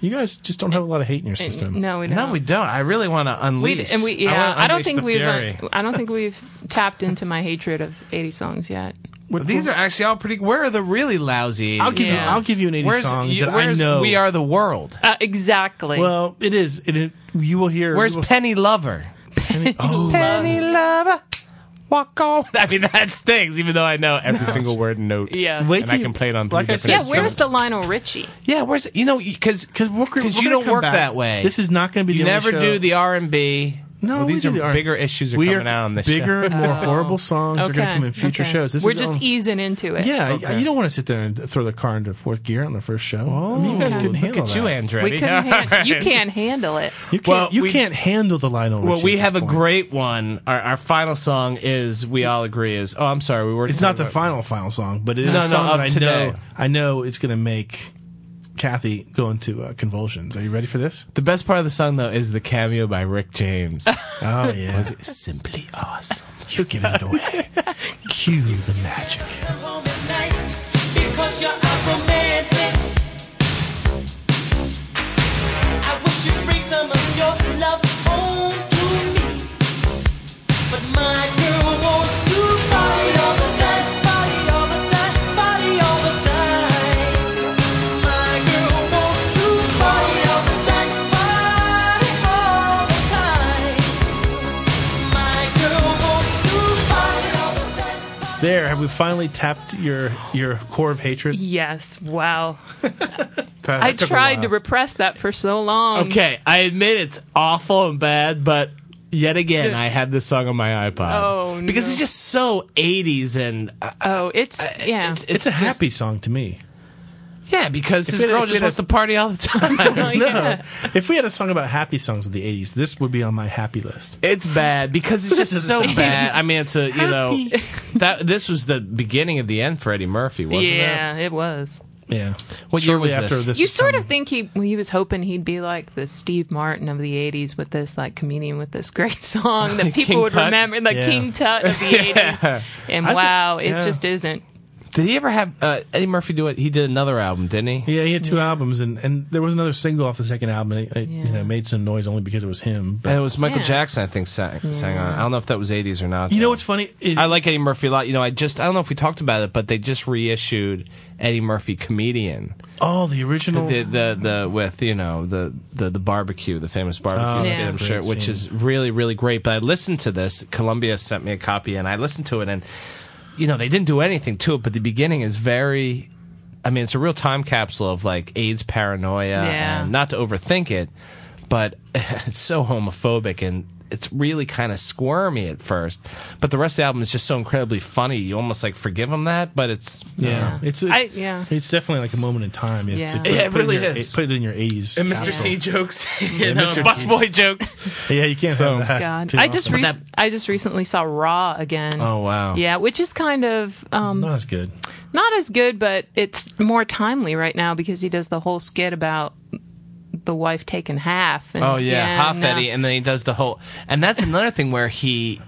[SPEAKER 6] You guys just don't have a lot of hate in your
[SPEAKER 10] system. no, we
[SPEAKER 9] No,
[SPEAKER 10] don't.
[SPEAKER 9] we don't. I really want to
[SPEAKER 10] We
[SPEAKER 9] unleash.
[SPEAKER 10] and we
[SPEAKER 9] I
[SPEAKER 10] yeah.
[SPEAKER 9] wanna
[SPEAKER 10] I, don't
[SPEAKER 9] unleash
[SPEAKER 10] think
[SPEAKER 9] the
[SPEAKER 10] we've
[SPEAKER 9] fury.
[SPEAKER 10] uh, I don't think we've tapped into my hatred of 80 songs yet.
[SPEAKER 9] These are actually all pretty. Where are the really lousy?
[SPEAKER 6] I'll give you-
[SPEAKER 9] 80s songs?
[SPEAKER 6] I'll give you an 80s
[SPEAKER 9] Where's-
[SPEAKER 6] song
[SPEAKER 9] you-
[SPEAKER 6] that I
[SPEAKER 9] where's
[SPEAKER 6] know.
[SPEAKER 9] We are the world.
[SPEAKER 10] Uh, exactly.
[SPEAKER 6] Well, it is. It, is- you will hear.
[SPEAKER 9] Where's
[SPEAKER 6] you will-
[SPEAKER 9] Penny Lover?
[SPEAKER 6] Penny, oh,
[SPEAKER 9] Penny Lover. Walk on. [laughs] I mean, that stings, even though I know every single word and note.
[SPEAKER 10] Yeah.
[SPEAKER 9] Wait
[SPEAKER 10] Wait
[SPEAKER 9] and
[SPEAKER 10] till
[SPEAKER 9] I can play it on three
[SPEAKER 6] like I
[SPEAKER 9] different
[SPEAKER 10] yeah,
[SPEAKER 9] instruments.
[SPEAKER 10] where's the Lionel Richie?
[SPEAKER 9] Yeah, where's you know because because you
[SPEAKER 6] gonna
[SPEAKER 9] don't
[SPEAKER 6] come
[SPEAKER 9] work
[SPEAKER 6] back.
[SPEAKER 9] that way.
[SPEAKER 6] This is not gonna be
[SPEAKER 9] you
[SPEAKER 6] the only
[SPEAKER 9] never
[SPEAKER 6] show-
[SPEAKER 9] do the R and B.
[SPEAKER 6] No,
[SPEAKER 9] well,
[SPEAKER 6] we
[SPEAKER 9] these
[SPEAKER 6] do
[SPEAKER 9] are
[SPEAKER 6] the R-
[SPEAKER 9] bigger issues are
[SPEAKER 6] we
[SPEAKER 9] coming
[SPEAKER 6] are
[SPEAKER 9] out on this
[SPEAKER 6] bigger,
[SPEAKER 9] show.
[SPEAKER 6] more horrible songs are going to
[SPEAKER 10] Oh. Okay.
[SPEAKER 6] come in future
[SPEAKER 10] Okay.
[SPEAKER 6] shows. This
[SPEAKER 10] We're
[SPEAKER 6] is
[SPEAKER 10] just
[SPEAKER 6] all-
[SPEAKER 10] easing into it.
[SPEAKER 6] Yeah,
[SPEAKER 10] Okay.
[SPEAKER 6] you don't want to sit there and throw the car into fourth gear on the first show. I
[SPEAKER 9] [laughs]
[SPEAKER 6] mean, you guys
[SPEAKER 10] Okay.
[SPEAKER 6] couldn't
[SPEAKER 10] Look
[SPEAKER 6] handle
[SPEAKER 9] Oh. at you,
[SPEAKER 6] that.
[SPEAKER 9] Andretti.
[SPEAKER 10] We
[SPEAKER 9] [laughs]
[SPEAKER 10] couldn't han- you can't handle it.
[SPEAKER 6] You can't,
[SPEAKER 9] Well,
[SPEAKER 6] you
[SPEAKER 9] we-
[SPEAKER 6] can't handle the Lionel.
[SPEAKER 9] Well,
[SPEAKER 6] Richie
[SPEAKER 9] we
[SPEAKER 6] at
[SPEAKER 9] have
[SPEAKER 6] this
[SPEAKER 9] a
[SPEAKER 6] point.
[SPEAKER 9] great one. Our, our final song is we all agree is oh I'm sorry we were
[SPEAKER 6] It's not the final final song, but it is
[SPEAKER 9] No,
[SPEAKER 6] a
[SPEAKER 9] no,
[SPEAKER 6] song
[SPEAKER 9] of
[SPEAKER 6] that I
[SPEAKER 9] today.
[SPEAKER 6] know. I know it's going to make Kathy go into uh, convulsions. Are you ready for
[SPEAKER 9] [laughs]
[SPEAKER 6] this?
[SPEAKER 9] The best part of the song though is the cameo by Rick [laughs] James.
[SPEAKER 6] Oh yeah,
[SPEAKER 9] was it simply awesome?
[SPEAKER 6] You're giving it
[SPEAKER 9] [laughs]
[SPEAKER 6] away. Cue the magic.
[SPEAKER 11] Because you're out romancing. I wish you'd bring some of your love home to me. But my girl wants to party all the time, party all the time, party all the time. My girl wants to party all the time, party all the time. My girl wants to party all the time.
[SPEAKER 6] There, have we finally tapped your your core of hatred?
[SPEAKER 10] Yes. Wow. I tried to repress that for so long.
[SPEAKER 9] Okay, I admit it's awful and bad, but yet again, I had this song on my iPod.
[SPEAKER 10] Oh,
[SPEAKER 9] because
[SPEAKER 10] no.
[SPEAKER 9] it's just so '80s and uh,
[SPEAKER 10] Oh, it's yeah.
[SPEAKER 9] it's,
[SPEAKER 6] It's a happy song to me.
[SPEAKER 9] yeah. Because
[SPEAKER 6] If
[SPEAKER 9] this
[SPEAKER 6] it-
[SPEAKER 9] girl
[SPEAKER 6] if it
[SPEAKER 9] just wants to
[SPEAKER 6] had-
[SPEAKER 9] party all the
[SPEAKER 6] [laughs]
[SPEAKER 9] time.
[SPEAKER 6] No,
[SPEAKER 10] Yeah.
[SPEAKER 6] if we had a song about happy songs of the '80s, this would be on my happy list.
[SPEAKER 9] [laughs] It's bad because it's
[SPEAKER 6] This
[SPEAKER 9] just
[SPEAKER 6] is
[SPEAKER 9] so
[SPEAKER 6] insane.
[SPEAKER 9] bad. I mean, it's a you know
[SPEAKER 6] Happy.
[SPEAKER 9] that this was the beginning of the end for Eddie Murphy, wasn't
[SPEAKER 10] yeah, it was.
[SPEAKER 6] it? Yeah.
[SPEAKER 9] What year
[SPEAKER 6] Shortly
[SPEAKER 9] was
[SPEAKER 6] after
[SPEAKER 9] this?
[SPEAKER 6] this,
[SPEAKER 10] you sort of think he well, he was hoping he'd be like the Steve Martin of the '80s with this like comedian with this great [laughs] song that people
[SPEAKER 9] King
[SPEAKER 10] would
[SPEAKER 9] Tut?
[SPEAKER 10] remember, like
[SPEAKER 9] Yeah.
[SPEAKER 10] King Tut of the '80s. And
[SPEAKER 9] I thi-
[SPEAKER 10] wow, it
[SPEAKER 9] yeah.
[SPEAKER 10] just isn't.
[SPEAKER 9] Did he ever have uh, Eddie Murphy do it? He did another album, didn't he?
[SPEAKER 6] Yeah, he had two albums, and, and there was another single off the second album. And it, it, you know, made some noise only because it was him. But
[SPEAKER 9] And it was Michael
[SPEAKER 10] Yeah.
[SPEAKER 9] Jackson, I think, sang, sang on. it. I don't know if that was '80s or not.
[SPEAKER 6] you know what's funny? It-
[SPEAKER 9] I like Eddie Murphy a lot. You know, I just I don't know if we talked about it, but they just reissued Eddie Murphy comedian.
[SPEAKER 6] oh, the original.
[SPEAKER 9] The, the the with you know the the, the barbecue, the famous
[SPEAKER 6] Oh,
[SPEAKER 9] barbecue
[SPEAKER 10] that's
[SPEAKER 9] skit,
[SPEAKER 10] a
[SPEAKER 9] I'm
[SPEAKER 6] great
[SPEAKER 9] sure, which
[SPEAKER 6] scene.
[SPEAKER 9] is really really great. But I listened to this. Columbia sent me a copy, and I listened to it, and you know they didn't do anything to it, but the beginning is very. I mean, it's a real time capsule of like AIDS paranoia,
[SPEAKER 10] Yeah.
[SPEAKER 9] and not to overthink it, but [laughs] it's so homophobic and. It's really kind of squirmy at first, but the rest of the album is just so incredibly funny. You almost like forgive him that, but it's
[SPEAKER 6] yeah, it's a,
[SPEAKER 10] I- yeah.
[SPEAKER 6] it's definitely like a moment in time. It's,
[SPEAKER 10] Yeah.
[SPEAKER 6] put
[SPEAKER 9] Yeah, it
[SPEAKER 6] put in
[SPEAKER 9] really
[SPEAKER 6] your-
[SPEAKER 9] is.
[SPEAKER 6] Put it in your '80s.
[SPEAKER 9] And Mr.
[SPEAKER 6] capsule.
[SPEAKER 9] T jokes, [laughs] you
[SPEAKER 6] Yeah,
[SPEAKER 9] know,
[SPEAKER 6] Mr. T. [laughs]
[SPEAKER 9] busboy jokes.
[SPEAKER 6] Yeah, you can't
[SPEAKER 9] So-
[SPEAKER 6] have that.
[SPEAKER 10] God,
[SPEAKER 6] too
[SPEAKER 10] I just
[SPEAKER 6] often.
[SPEAKER 10] re- I just recently saw Raw again.
[SPEAKER 9] Oh wow!
[SPEAKER 10] Yeah, which is kind of um,
[SPEAKER 6] not as good.
[SPEAKER 10] not as good, but it's more timely right now because he does the whole skit about the wife taking half. And,
[SPEAKER 9] Oh yeah, half
[SPEAKER 10] no.
[SPEAKER 9] Eddie, and then he does the whole. And that's another thing where he,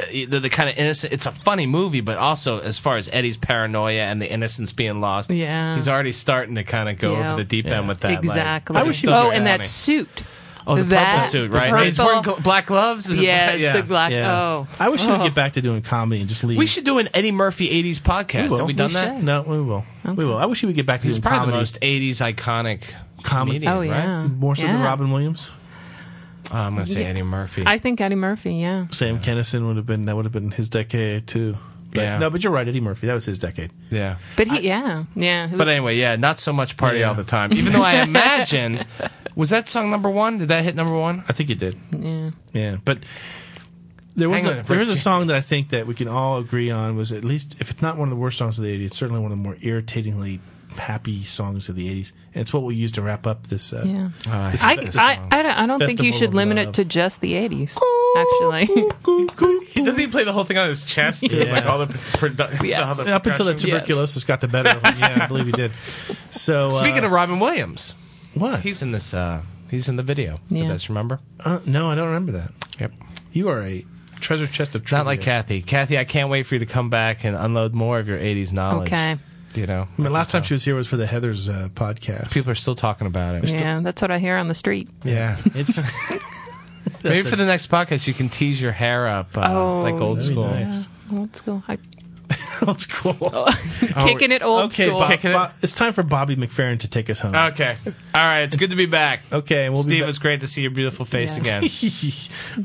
[SPEAKER 9] uh, the, the kind of innocent. It's a funny movie, but also as far as Eddie's paranoia and the innocence being lost.
[SPEAKER 10] Yeah.
[SPEAKER 9] he's already starting to kind of go
[SPEAKER 10] Yeah.
[SPEAKER 9] over the deep end with that. like-
[SPEAKER 10] exactly.
[SPEAKER 9] but it's still
[SPEAKER 10] oh,
[SPEAKER 9] very
[SPEAKER 10] and that
[SPEAKER 9] funny.
[SPEAKER 10] suit.
[SPEAKER 9] oh the
[SPEAKER 10] that-
[SPEAKER 9] purple suit,
[SPEAKER 10] the
[SPEAKER 9] right? And he's wearing
[SPEAKER 10] purple-
[SPEAKER 9] gl- black gloves. Is it
[SPEAKER 10] Yes,
[SPEAKER 9] black? yeah.
[SPEAKER 10] the black.
[SPEAKER 6] Yeah,
[SPEAKER 10] Oh,
[SPEAKER 6] I wish we
[SPEAKER 10] Oh.
[SPEAKER 6] would get back to doing comedy and just leave.
[SPEAKER 9] We should do an Eddie Murphy '80s podcast.
[SPEAKER 6] will.
[SPEAKER 9] Have we done
[SPEAKER 10] We
[SPEAKER 9] that?
[SPEAKER 10] should.
[SPEAKER 6] No, we will. We will. I wish we would get back to
[SPEAKER 9] He's
[SPEAKER 6] doing
[SPEAKER 9] probably
[SPEAKER 6] comedy.
[SPEAKER 9] the most '80s iconic
[SPEAKER 6] Comedy.
[SPEAKER 9] comedian.
[SPEAKER 10] Oh, yeah.
[SPEAKER 9] Right?
[SPEAKER 6] more so than
[SPEAKER 10] Yeah.
[SPEAKER 6] Robin Williams.
[SPEAKER 9] Oh, I'm gonna say
[SPEAKER 10] Yeah.
[SPEAKER 9] Eddie Murphy.
[SPEAKER 10] I think Eddie Murphy. Yeah.
[SPEAKER 6] Sam Kennison would have been that would have been his decade too. But, No, but you're right, Eddie Murphy. That was his decade.
[SPEAKER 9] Yeah.
[SPEAKER 10] But he, yeah, yeah. it
[SPEAKER 9] But
[SPEAKER 10] was-
[SPEAKER 9] anyway, yeah, not so much party all the time. Even though I imagine, was that song number one? Did that hit number one?
[SPEAKER 6] I think it did.
[SPEAKER 10] yeah.
[SPEAKER 6] Yeah, but there was
[SPEAKER 9] Hang on
[SPEAKER 6] a,
[SPEAKER 9] for
[SPEAKER 6] there was
[SPEAKER 9] a
[SPEAKER 6] a song that I think that we can all agree on was at least if it's not one of the worst songs of the '80s, it's certainly one of the more irritatingly happy songs of the '80s, and it's what we'll use to wrap up this. Uh,
[SPEAKER 10] Yeah.
[SPEAKER 6] this
[SPEAKER 10] I,
[SPEAKER 6] fest-
[SPEAKER 10] I, I don't, I don't think you
[SPEAKER 6] festival
[SPEAKER 10] should
[SPEAKER 6] of
[SPEAKER 10] limit
[SPEAKER 6] love.
[SPEAKER 10] it to just the 80s, actually.
[SPEAKER 9] [laughs] Doesn't he play the whole thing on his chest?
[SPEAKER 6] Yeah.
[SPEAKER 9] Like all the, produ-
[SPEAKER 10] Yeah.
[SPEAKER 9] the-
[SPEAKER 6] up until the
[SPEAKER 9] percussion?
[SPEAKER 6] tuberculosis got the better of him. Yeah, I believe he did. So uh,
[SPEAKER 9] [laughs] Speaking of Robin Williams,
[SPEAKER 6] what?
[SPEAKER 9] he's in this. Uh, he's in the video. You
[SPEAKER 10] Yeah.
[SPEAKER 9] guys remember?
[SPEAKER 6] uh, no, I don't remember that.
[SPEAKER 9] Yep.
[SPEAKER 6] You are a treasure chest of trivia.
[SPEAKER 9] Not like Kathy. Kathy, I can't wait for you to come back and unload more of your '80s knowledge.
[SPEAKER 10] [laughs] Okay.
[SPEAKER 9] You know,
[SPEAKER 6] I mean, last time she was here was for the Heather's uh, podcast.
[SPEAKER 9] people are still talking about it.
[SPEAKER 10] Yeah, that's what I hear on the street.
[SPEAKER 9] [laughs] Yeah.
[SPEAKER 6] It's
[SPEAKER 9] Maybe
[SPEAKER 6] That's
[SPEAKER 9] for
[SPEAKER 6] a-
[SPEAKER 9] the next podcast, you can tease your hair up uh,
[SPEAKER 10] Oh,
[SPEAKER 9] like old
[SPEAKER 6] that'd be
[SPEAKER 9] school.
[SPEAKER 6] nice. [laughs]
[SPEAKER 10] Old school. I,
[SPEAKER 6] that's cool.
[SPEAKER 9] Oh,
[SPEAKER 10] kicking it old
[SPEAKER 6] okay,
[SPEAKER 10] school.
[SPEAKER 6] Bob,
[SPEAKER 9] Kicking it.
[SPEAKER 6] Bob- it's time for Bobby McFerrin to take us home.
[SPEAKER 9] Okay. All right. It's good to be back.
[SPEAKER 6] [laughs] okay, and we'll
[SPEAKER 9] Steve,
[SPEAKER 6] be back.
[SPEAKER 9] it's great to see your beautiful face
[SPEAKER 10] Yeah.
[SPEAKER 9] again.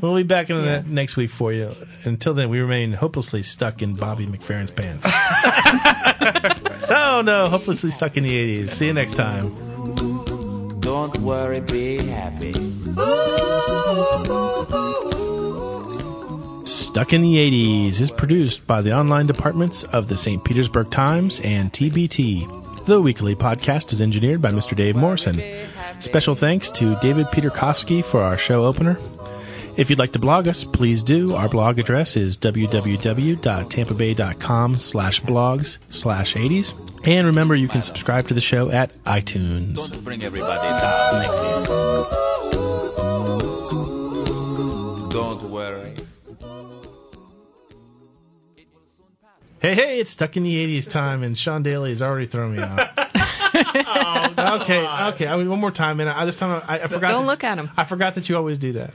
[SPEAKER 6] we'll be back in the
[SPEAKER 10] Yes.
[SPEAKER 6] next week for you. Until then, we remain hopelessly stuck in Bobby McFerrin's pants. [laughs] oh no, hopelessly stuck in the 80s. See you next time.
[SPEAKER 11] Don't worry, be happy.
[SPEAKER 6] Stuck in the 80s is produced by the online departments of the St. Petersburg Times and TBT. The weekly podcast is engineered by Mr. Dave Morrison. Special thanks to David Peterkowski for our show opener. If you'd like to blog us, please do. Our blog address is www.tampabay.com slash blogs slash 80s. And remember, you can subscribe to the show at iTunes.
[SPEAKER 11] Don't bring everybody down like this. Don't worry.
[SPEAKER 6] Hey, hey, it's stuck in the 80s time, and Sean Daly has already thrown me off. [laughs] okay, okay. I mean, one more time, and I, this time I, I forgot.
[SPEAKER 10] Don't
[SPEAKER 6] that-
[SPEAKER 10] look at him.
[SPEAKER 6] I forgot that you always do that.